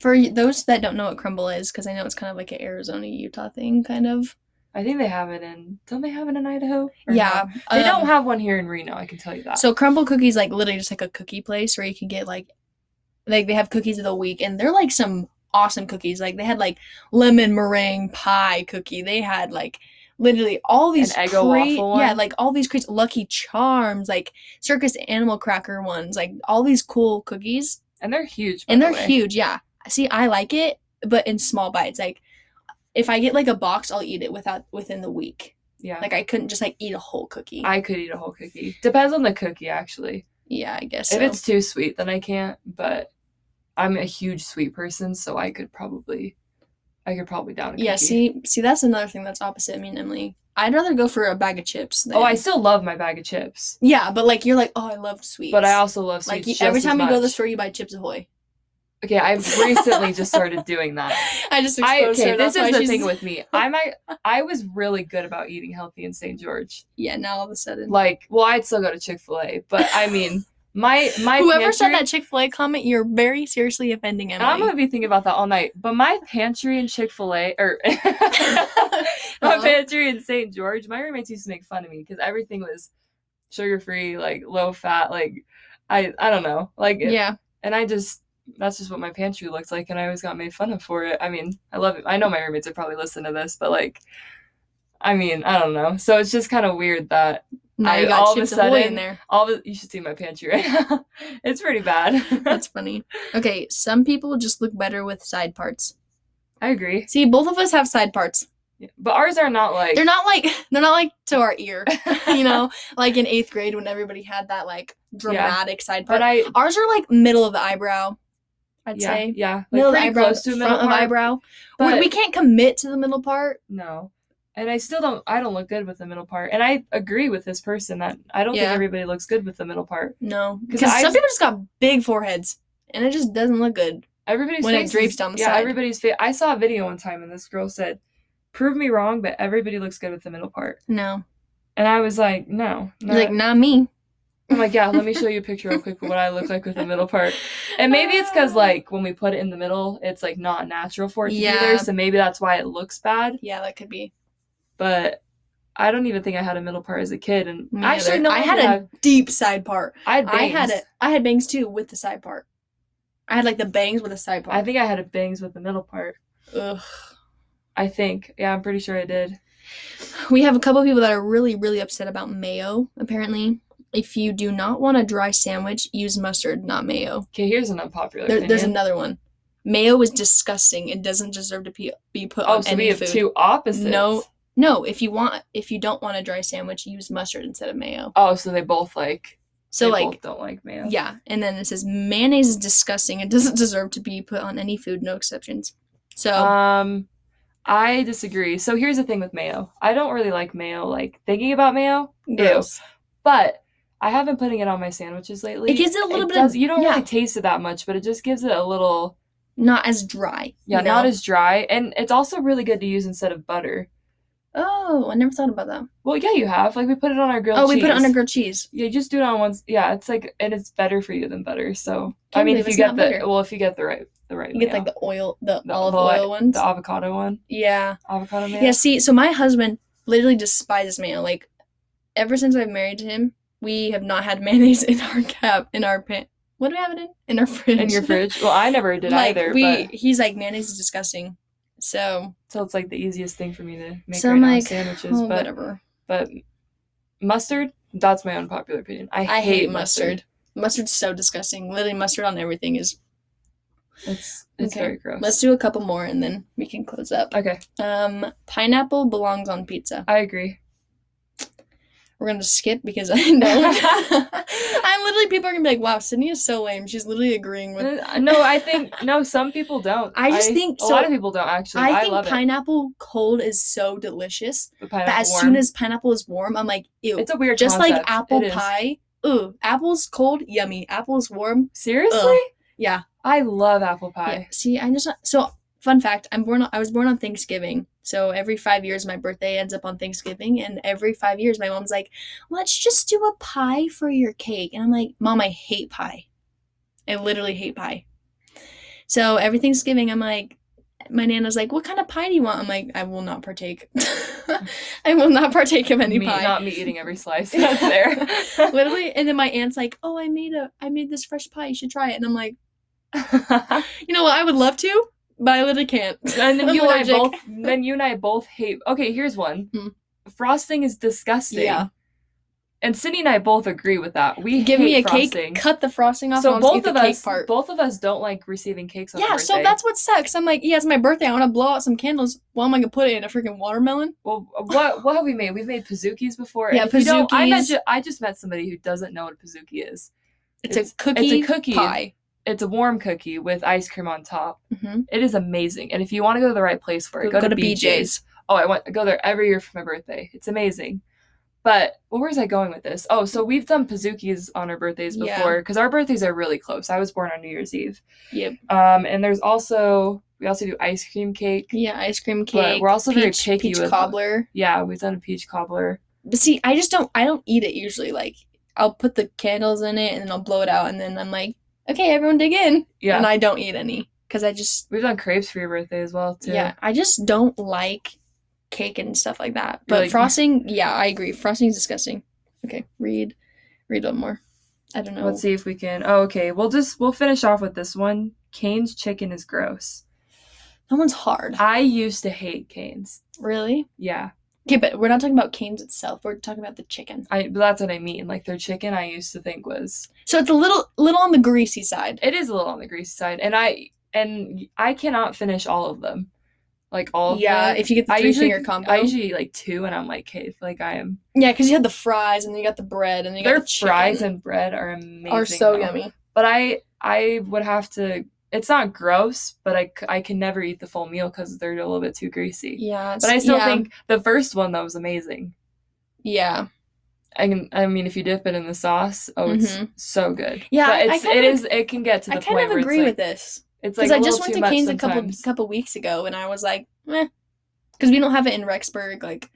Speaker 2: For y- those that don't know what crumble is, because I know it's kind of like an Arizona Utah thing, kind of.
Speaker 1: I think they have it in. Don't they have it in Idaho? Or
Speaker 2: yeah,
Speaker 1: no? they don't
Speaker 2: um,
Speaker 1: have one here in Reno. I can tell you that.
Speaker 2: So crumble cookies like literally just like a cookie place where you can get like, like they have cookies of the week, and they're like some awesome cookies. Like they had like lemon meringue pie cookie. They had like literally all these
Speaker 1: An Eggo waffle one?
Speaker 2: yeah, like all these crazy Lucky Charms, like circus animal cracker ones, like all these cool cookies,
Speaker 1: and they're huge. by
Speaker 2: and
Speaker 1: the
Speaker 2: they're
Speaker 1: way.
Speaker 2: huge. Yeah, see, I like it, but in small bites. Like if I get like a box, I'll eat it without within the week.
Speaker 1: Yeah,
Speaker 2: Like I couldn't just like eat a whole cookie.
Speaker 1: I could eat a whole cookie. Depends on the cookie, actually.
Speaker 2: yeah, I guess.
Speaker 1: If
Speaker 2: so.
Speaker 1: it's too sweet, then I can't. But I'm a huge sweet person, so I could probably, I could probably down a cookie.
Speaker 2: Yeah, see, see, that's another thing that's opposite me and Emily. I'd rather go for a bag of chips. Than,
Speaker 1: Oh, I still love my bag of chips,
Speaker 2: Yeah, but like you're like, oh, I love sweets.
Speaker 1: but I also love sweets.
Speaker 2: like you, every
Speaker 1: just as
Speaker 2: time you go to the
Speaker 1: much.
Speaker 2: store, you buy Chips Ahoy.
Speaker 1: Okay, I've recently just started doing that.
Speaker 2: I just
Speaker 1: I,
Speaker 2: exposed
Speaker 1: okay,
Speaker 2: her.
Speaker 1: this
Speaker 2: that's why
Speaker 1: is the
Speaker 2: she's-
Speaker 1: thing with me. I'm I, I was really good about eating healthy in St. George.
Speaker 2: yeah. Now all of a sudden,
Speaker 1: Like, well, I'd still go to Chick Fil A, but I mean, my my
Speaker 2: whoever said
Speaker 1: pantry-
Speaker 2: that Chick Fil A comment, you're very seriously offending Emily.
Speaker 1: I'm gonna be thinking about that all night. But my pantry in Chick Fil A, or my
Speaker 2: Aw.
Speaker 1: pantry in St. George, my roommates used to make fun of me because everything was sugar free, like low fat, like I I don't know, like
Speaker 2: yeah,
Speaker 1: and I just that's just what my pantry looked like, and I always got made fun of for it. I mean, I love it. I know my roommates would probably listen to this, but like, I mean, I don't know. So it's just kind of weird that
Speaker 2: now
Speaker 1: I-
Speaker 2: you got
Speaker 1: all of a
Speaker 2: Chips Ahoy in
Speaker 1: sudden-
Speaker 2: there.
Speaker 1: all the you should see my pantry right now. it's pretty bad.
Speaker 2: That's funny. Okay, some people just look better with side parts.
Speaker 1: I agree,
Speaker 2: See, both of us have side parts.
Speaker 1: but ours are not like
Speaker 2: They're not like they're not like to our ear. you
Speaker 1: you
Speaker 2: know, like in eighth grade when everybody had that like dramatic side part.
Speaker 1: But I
Speaker 2: Ours are like middle of the eyebrow, I'd
Speaker 1: yeah,
Speaker 2: say.
Speaker 1: yeah, like
Speaker 2: middle of the
Speaker 1: pretty
Speaker 2: eyebrow,
Speaker 1: close to a
Speaker 2: front
Speaker 1: middle
Speaker 2: of
Speaker 1: part,
Speaker 2: eyebrow. We-
Speaker 1: But
Speaker 2: we can't commit to the middle part.
Speaker 1: no, and I still don't. I don't look good with the middle part, and I agree with this person that I don't
Speaker 2: Yeah.
Speaker 1: think everybody looks good with the middle part.
Speaker 2: No,
Speaker 1: 'Cause
Speaker 2: because
Speaker 1: I-
Speaker 2: some people just got big foreheads, and it just doesn't look good.
Speaker 1: Everybody's
Speaker 2: When it
Speaker 1: face is-
Speaker 2: drapes down the
Speaker 1: yeah,
Speaker 2: side.
Speaker 1: everybody's face. I saw a video one time, and this girl said, "Prove me wrong, but everybody looks good with the middle part."
Speaker 2: No,
Speaker 1: And I was like, "No,
Speaker 2: You're like
Speaker 1: not-
Speaker 2: not me.
Speaker 1: I'm like, yeah. Let me show you a picture real quick of what I look like with the middle part." And maybe it's because like when we put it in the middle, it's like not natural for it to be
Speaker 2: Yeah.
Speaker 1: there, so maybe that's why it looks bad.
Speaker 2: yeah, that could be
Speaker 1: But I don't even think I had a middle part as a kid, and
Speaker 2: Me
Speaker 1: actually,
Speaker 2: either.
Speaker 1: no,
Speaker 2: I had
Speaker 1: did
Speaker 2: a
Speaker 1: have-
Speaker 2: deep side part.
Speaker 1: I had
Speaker 2: I had it.
Speaker 1: bangs.
Speaker 2: I had bangs too with the side part. I had like the bangs with the side part.
Speaker 1: I think I had a bangs with the middle part.
Speaker 2: Ugh.
Speaker 1: I think. Yeah, I'm pretty sure I did.
Speaker 2: We have a couple people that are really, really upset about mayo, apparently. If you do not want a dry sandwich, use mustard, not mayo.
Speaker 1: Okay, here's an unpopular
Speaker 2: There,
Speaker 1: opinion.
Speaker 2: there's another one. Mayo is disgusting. It doesn't deserve to be, be put
Speaker 1: Oh,
Speaker 2: on
Speaker 1: so
Speaker 2: any
Speaker 1: we have
Speaker 2: food.
Speaker 1: two opposites.
Speaker 2: No. No, if you want, if you don't want a dry sandwich, use mustard instead of mayo.
Speaker 1: Oh, so they both like.
Speaker 2: So
Speaker 1: they
Speaker 2: like,
Speaker 1: both don't like mayo.
Speaker 2: yeah. And then it says mayonnaise is disgusting. It doesn't deserve to be put on any food, no exceptions. So
Speaker 1: Um, I disagree. So here's the thing with mayo. I don't really like mayo. Like thinking about mayo,
Speaker 2: gross.
Speaker 1: but I have been putting it on my sandwiches lately.
Speaker 2: It gives it a little bit
Speaker 1: does-
Speaker 2: of
Speaker 1: you don't
Speaker 2: yeah,
Speaker 1: really taste it that much, but it just gives it a little.
Speaker 2: not as dry.
Speaker 1: Yeah,
Speaker 2: you know?
Speaker 1: not as dry, and it's also really good to use instead of butter.
Speaker 2: Oh, I never thought about that.
Speaker 1: Well, yeah, you have. Like we put it on our grilled.
Speaker 2: oh, we put it on
Speaker 1: cheese.
Speaker 2: a grilled cheese.
Speaker 1: Yeah, just do it on one. Yeah, it's like, and it's better for you than butter. So I
Speaker 2: Can't
Speaker 1: mean,
Speaker 2: believe
Speaker 1: if you
Speaker 2: it's
Speaker 1: get
Speaker 2: not
Speaker 1: the
Speaker 2: butter.
Speaker 1: well, if you get the right, the right,
Speaker 2: You get
Speaker 1: mayo.
Speaker 2: like the oil, the,
Speaker 1: The-
Speaker 2: olive
Speaker 1: the
Speaker 2: oil
Speaker 1: oil-
Speaker 2: ones.
Speaker 1: the avocado one,
Speaker 2: yeah.
Speaker 1: avocado mayo.
Speaker 2: Yeah. See, so my husband literally despises mayo. Like, ever since I've married him, we have not had mayonnaise in our cap in our pan. What do we have it in? In our fridge.
Speaker 1: in your fridge. Well, I never did
Speaker 2: like
Speaker 1: either.
Speaker 2: we,
Speaker 1: but,
Speaker 2: he's like mayonnaise is disgusting. So,
Speaker 1: so it's like the easiest thing for me to make
Speaker 2: so
Speaker 1: right
Speaker 2: I'm
Speaker 1: now,
Speaker 2: like,
Speaker 1: sandwiches.
Speaker 2: oh,
Speaker 1: but
Speaker 2: whatever.
Speaker 1: but mustard. That's my unpopular opinion. I,
Speaker 2: I hate mustard. Mustard's so disgusting. Literally, mustard on everything is.
Speaker 1: It's it's
Speaker 2: Okay,
Speaker 1: very gross.
Speaker 2: Let's do a couple more and then we can close up.
Speaker 1: okay,
Speaker 2: Um, pineapple belongs on pizza.
Speaker 1: I agree.
Speaker 2: We're gonna skip because I know I'm literally people are gonna be like, wow, Sydney is so lame. She's literally agreeing with
Speaker 1: Uh, No, I think no. Some people don't.
Speaker 2: I just think-
Speaker 1: a
Speaker 2: so-
Speaker 1: lot of people don't actually. I,
Speaker 2: I think
Speaker 1: love it.
Speaker 2: pineapple cold is so delicious.
Speaker 1: The
Speaker 2: But
Speaker 1: pineapple
Speaker 2: as
Speaker 1: warm.
Speaker 2: soon as pineapple is warm, I'm like, ew.
Speaker 1: it's a weird
Speaker 2: just like
Speaker 1: concept.
Speaker 2: apple
Speaker 1: It is.
Speaker 2: pie. Ooh, apple's cold, yummy. Apple's warm.
Speaker 1: Seriously?
Speaker 2: Yeah.
Speaker 1: I love apple
Speaker 2: Yeah,
Speaker 1: pie.
Speaker 2: See, I'm just not, so fun fact, I'm born on- I was born on Thanksgiving. So every five years my birthday ends up on Thanksgiving and every five years my mom's like, Let's just do a pie for your cake. And I'm like, Mom, I hate pie. I literally hate pie. So every Thanksgiving I'm like my nana's like, What kind of pie do you want? I'm like, I will not partake. I will not partake of any
Speaker 1: me,
Speaker 2: pie.
Speaker 1: Not me eating every slice that's there.
Speaker 2: Literally, and then my aunt's like, "Oh, I made a, I made this fresh pie. You should try it." And I'm like, you know what? I would love to, but I literally can't.
Speaker 1: and then
Speaker 2: I'm
Speaker 1: you and I
Speaker 2: allergic.
Speaker 1: both. Then you and I both hate. Okay, here's one.
Speaker 2: Hmm.
Speaker 1: frosting is disgusting.
Speaker 2: Yeah.
Speaker 1: And Sydney and I both agree with that. We
Speaker 2: Give
Speaker 1: hate
Speaker 2: me a
Speaker 1: frosting.
Speaker 2: cake, cut the frosting off. and
Speaker 1: So
Speaker 2: I'll just
Speaker 1: both
Speaker 2: eat the
Speaker 1: of us,
Speaker 2: cake part.
Speaker 1: both of us don't like receiving cakes. On our
Speaker 2: yeah, so
Speaker 1: birthday.
Speaker 2: that's what sucks. I'm like, yeah, it's my birthday. I want to blow out some candles. What am I gonna put it in a freaking watermelon?
Speaker 1: well. What what have we made? We've made pizookies before. and
Speaker 2: Yeah,
Speaker 1: if you don't- I met
Speaker 2: pizookies.
Speaker 1: ju- I just met somebody who doesn't know what a pizookie is.
Speaker 2: It's,
Speaker 1: It's-
Speaker 2: a cookie.
Speaker 1: cookie.
Speaker 2: pie.
Speaker 1: It's a warm cookie with ice cream on top.
Speaker 2: Mm-hmm.
Speaker 1: It is amazing. And if you want to go to the right place for it, go, to, BJ's. Oh, I want I go there every year for my birthday. It's amazing. But well, where was I going with this? Oh, so we've done pizookies on our birthdays
Speaker 2: Yeah.
Speaker 1: before because our birthdays are really close. I was born on New Year's Eve.
Speaker 2: Yep.
Speaker 1: Um, and there's also we also do ice cream cake.
Speaker 2: Yeah, ice cream
Speaker 1: But
Speaker 2: cake.
Speaker 1: we're also very
Speaker 2: peach,
Speaker 1: picky
Speaker 2: peach
Speaker 1: with-
Speaker 2: cobbler.
Speaker 1: Yeah, we've done a peach cobbler.
Speaker 2: But see, I just don't. I don't eat it usually. Like, I'll put the candles in it and then I'll blow it out, and then I'm like, okay, everyone dig in,
Speaker 1: Yeah,
Speaker 2: and I don't eat any because I just
Speaker 1: we've done crepes for your birthday as well too.
Speaker 2: Yeah, I just don't like cake and stuff like that. But
Speaker 1: like-
Speaker 2: frosting, yeah, I agree. Frosting's disgusting. Okay, read, read one more. I don't know.
Speaker 1: Let's see if we can. Oh, okay. We'll just we'll finish off with this one. Cane's chicken is gross.
Speaker 2: That one's hard.
Speaker 1: I used to hate Cane's.
Speaker 2: Really?
Speaker 1: Yeah,
Speaker 2: Okay, but we're not talking about canes itself. We're talking about the chicken.
Speaker 1: I. But that's what I mean. Like their chicken, I used to think was
Speaker 2: So it's a little, little on the greasy side.
Speaker 1: it is a little on the greasy side, and I and I cannot finish all of them, like all of
Speaker 2: yeah,
Speaker 1: them.
Speaker 2: if you get the
Speaker 1: I
Speaker 2: three
Speaker 1: usually
Speaker 2: finger combo.
Speaker 1: I usually eat, like two, and I'm like, okay, like I am.
Speaker 2: yeah, because you had the fries and then you got the bread and then you
Speaker 1: Their
Speaker 2: got the
Speaker 1: fries
Speaker 2: chicken.
Speaker 1: and bread are amazing.
Speaker 2: are so
Speaker 1: though.
Speaker 2: yummy.
Speaker 1: But I I would have to. It's not gross, but I, c- I can never eat the full meal because they're a little bit too greasy.
Speaker 2: Yeah,
Speaker 1: But I still
Speaker 2: yeah,
Speaker 1: think the first one though was amazing.
Speaker 2: yeah,
Speaker 1: I can, I mean, if you dip it in the sauce, oh, it's
Speaker 2: Mhm.
Speaker 1: so good.
Speaker 2: Yeah, I- I
Speaker 1: but it's,
Speaker 2: kind
Speaker 1: it
Speaker 2: of-
Speaker 1: is it can get to the
Speaker 2: I
Speaker 1: point
Speaker 2: kind of
Speaker 1: where
Speaker 2: agree
Speaker 1: it's
Speaker 2: with
Speaker 1: like,
Speaker 2: this.
Speaker 1: It's like
Speaker 2: Because
Speaker 1: a
Speaker 2: I
Speaker 1: little
Speaker 2: just went
Speaker 1: too
Speaker 2: to
Speaker 1: much
Speaker 2: Canes a couple
Speaker 1: sometimes.
Speaker 2: couple weeks ago, and I was like, eh, because we don't have it in Rexburg. Like,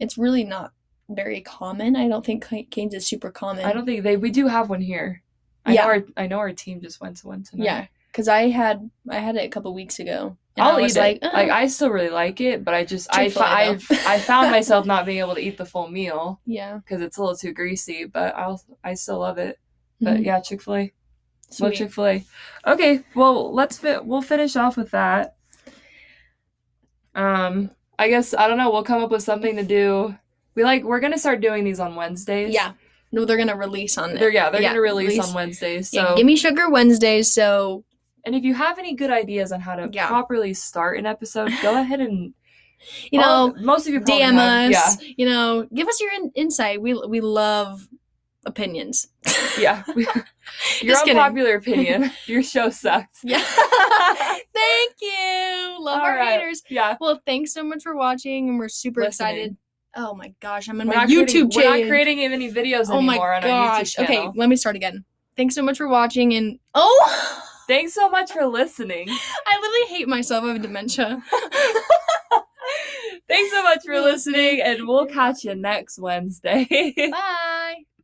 Speaker 2: it's really not very common. I don't think Ca- Canes is super common.
Speaker 1: I don't think they we do have one here. I
Speaker 2: Yeah.
Speaker 1: know our I know our team just went to one tonight.
Speaker 2: Yeah, because I had I had it a couple weeks ago. and
Speaker 1: I'll
Speaker 2: I
Speaker 1: eat
Speaker 2: was
Speaker 1: it. Like,
Speaker 2: eh.
Speaker 1: I still really like it, but I just I, fi- I
Speaker 2: Chick-fil-A, though.
Speaker 1: I found myself not being able to eat the full meal
Speaker 2: yeah,
Speaker 1: because it's a little too greasy. But I'll I still love it. But
Speaker 2: Mhm.
Speaker 1: yeah, Chick Fil A, love
Speaker 2: Sweet.
Speaker 1: Chick Fil A. Okay, well let's fit. We'll finish off with that. Um, I guess I don't know. We'll come up with something to do. We like we're gonna start doing these on Wednesdays.
Speaker 2: yeah. No, they're gonna release on
Speaker 1: They're
Speaker 2: there.
Speaker 1: yeah, they're
Speaker 2: Yeah,
Speaker 1: gonna release,
Speaker 2: release-
Speaker 1: on Wednesdays. So
Speaker 2: Yeah, give me sugar Wednesdays. So
Speaker 1: And if you have any good ideas on how to
Speaker 2: Yeah.
Speaker 1: properly start an episode, go ahead and
Speaker 2: you
Speaker 1: all-
Speaker 2: know,
Speaker 1: most of you probably
Speaker 2: DM
Speaker 1: have-
Speaker 2: us. You know, give us your in- insight. We we love opinions.
Speaker 1: Yeah, yeah. your
Speaker 2: Just kidding.
Speaker 1: unpopular opinion. Your show sucked.
Speaker 2: Yeah. Thank you. Love
Speaker 1: All
Speaker 2: our
Speaker 1: right.
Speaker 2: haters.
Speaker 1: Yeah,
Speaker 2: Well, thanks so much for watching, and we're super
Speaker 1: Listening.
Speaker 2: excited. Oh my gosh, I'm in
Speaker 1: we're
Speaker 2: my
Speaker 1: not
Speaker 2: YouTube
Speaker 1: creating, We're
Speaker 2: channel.
Speaker 1: not creating even any videos
Speaker 2: oh my
Speaker 1: anymore on our YouTube
Speaker 2: gosh.
Speaker 1: channel.
Speaker 2: Okay, let me start again. Thanks so much for watching, and oh,
Speaker 1: Thanks so much for listening.
Speaker 2: I literally hate myself. I have dementia.
Speaker 1: Thanks so much for listening, and we'll catch you next Wednesday.
Speaker 2: Bye.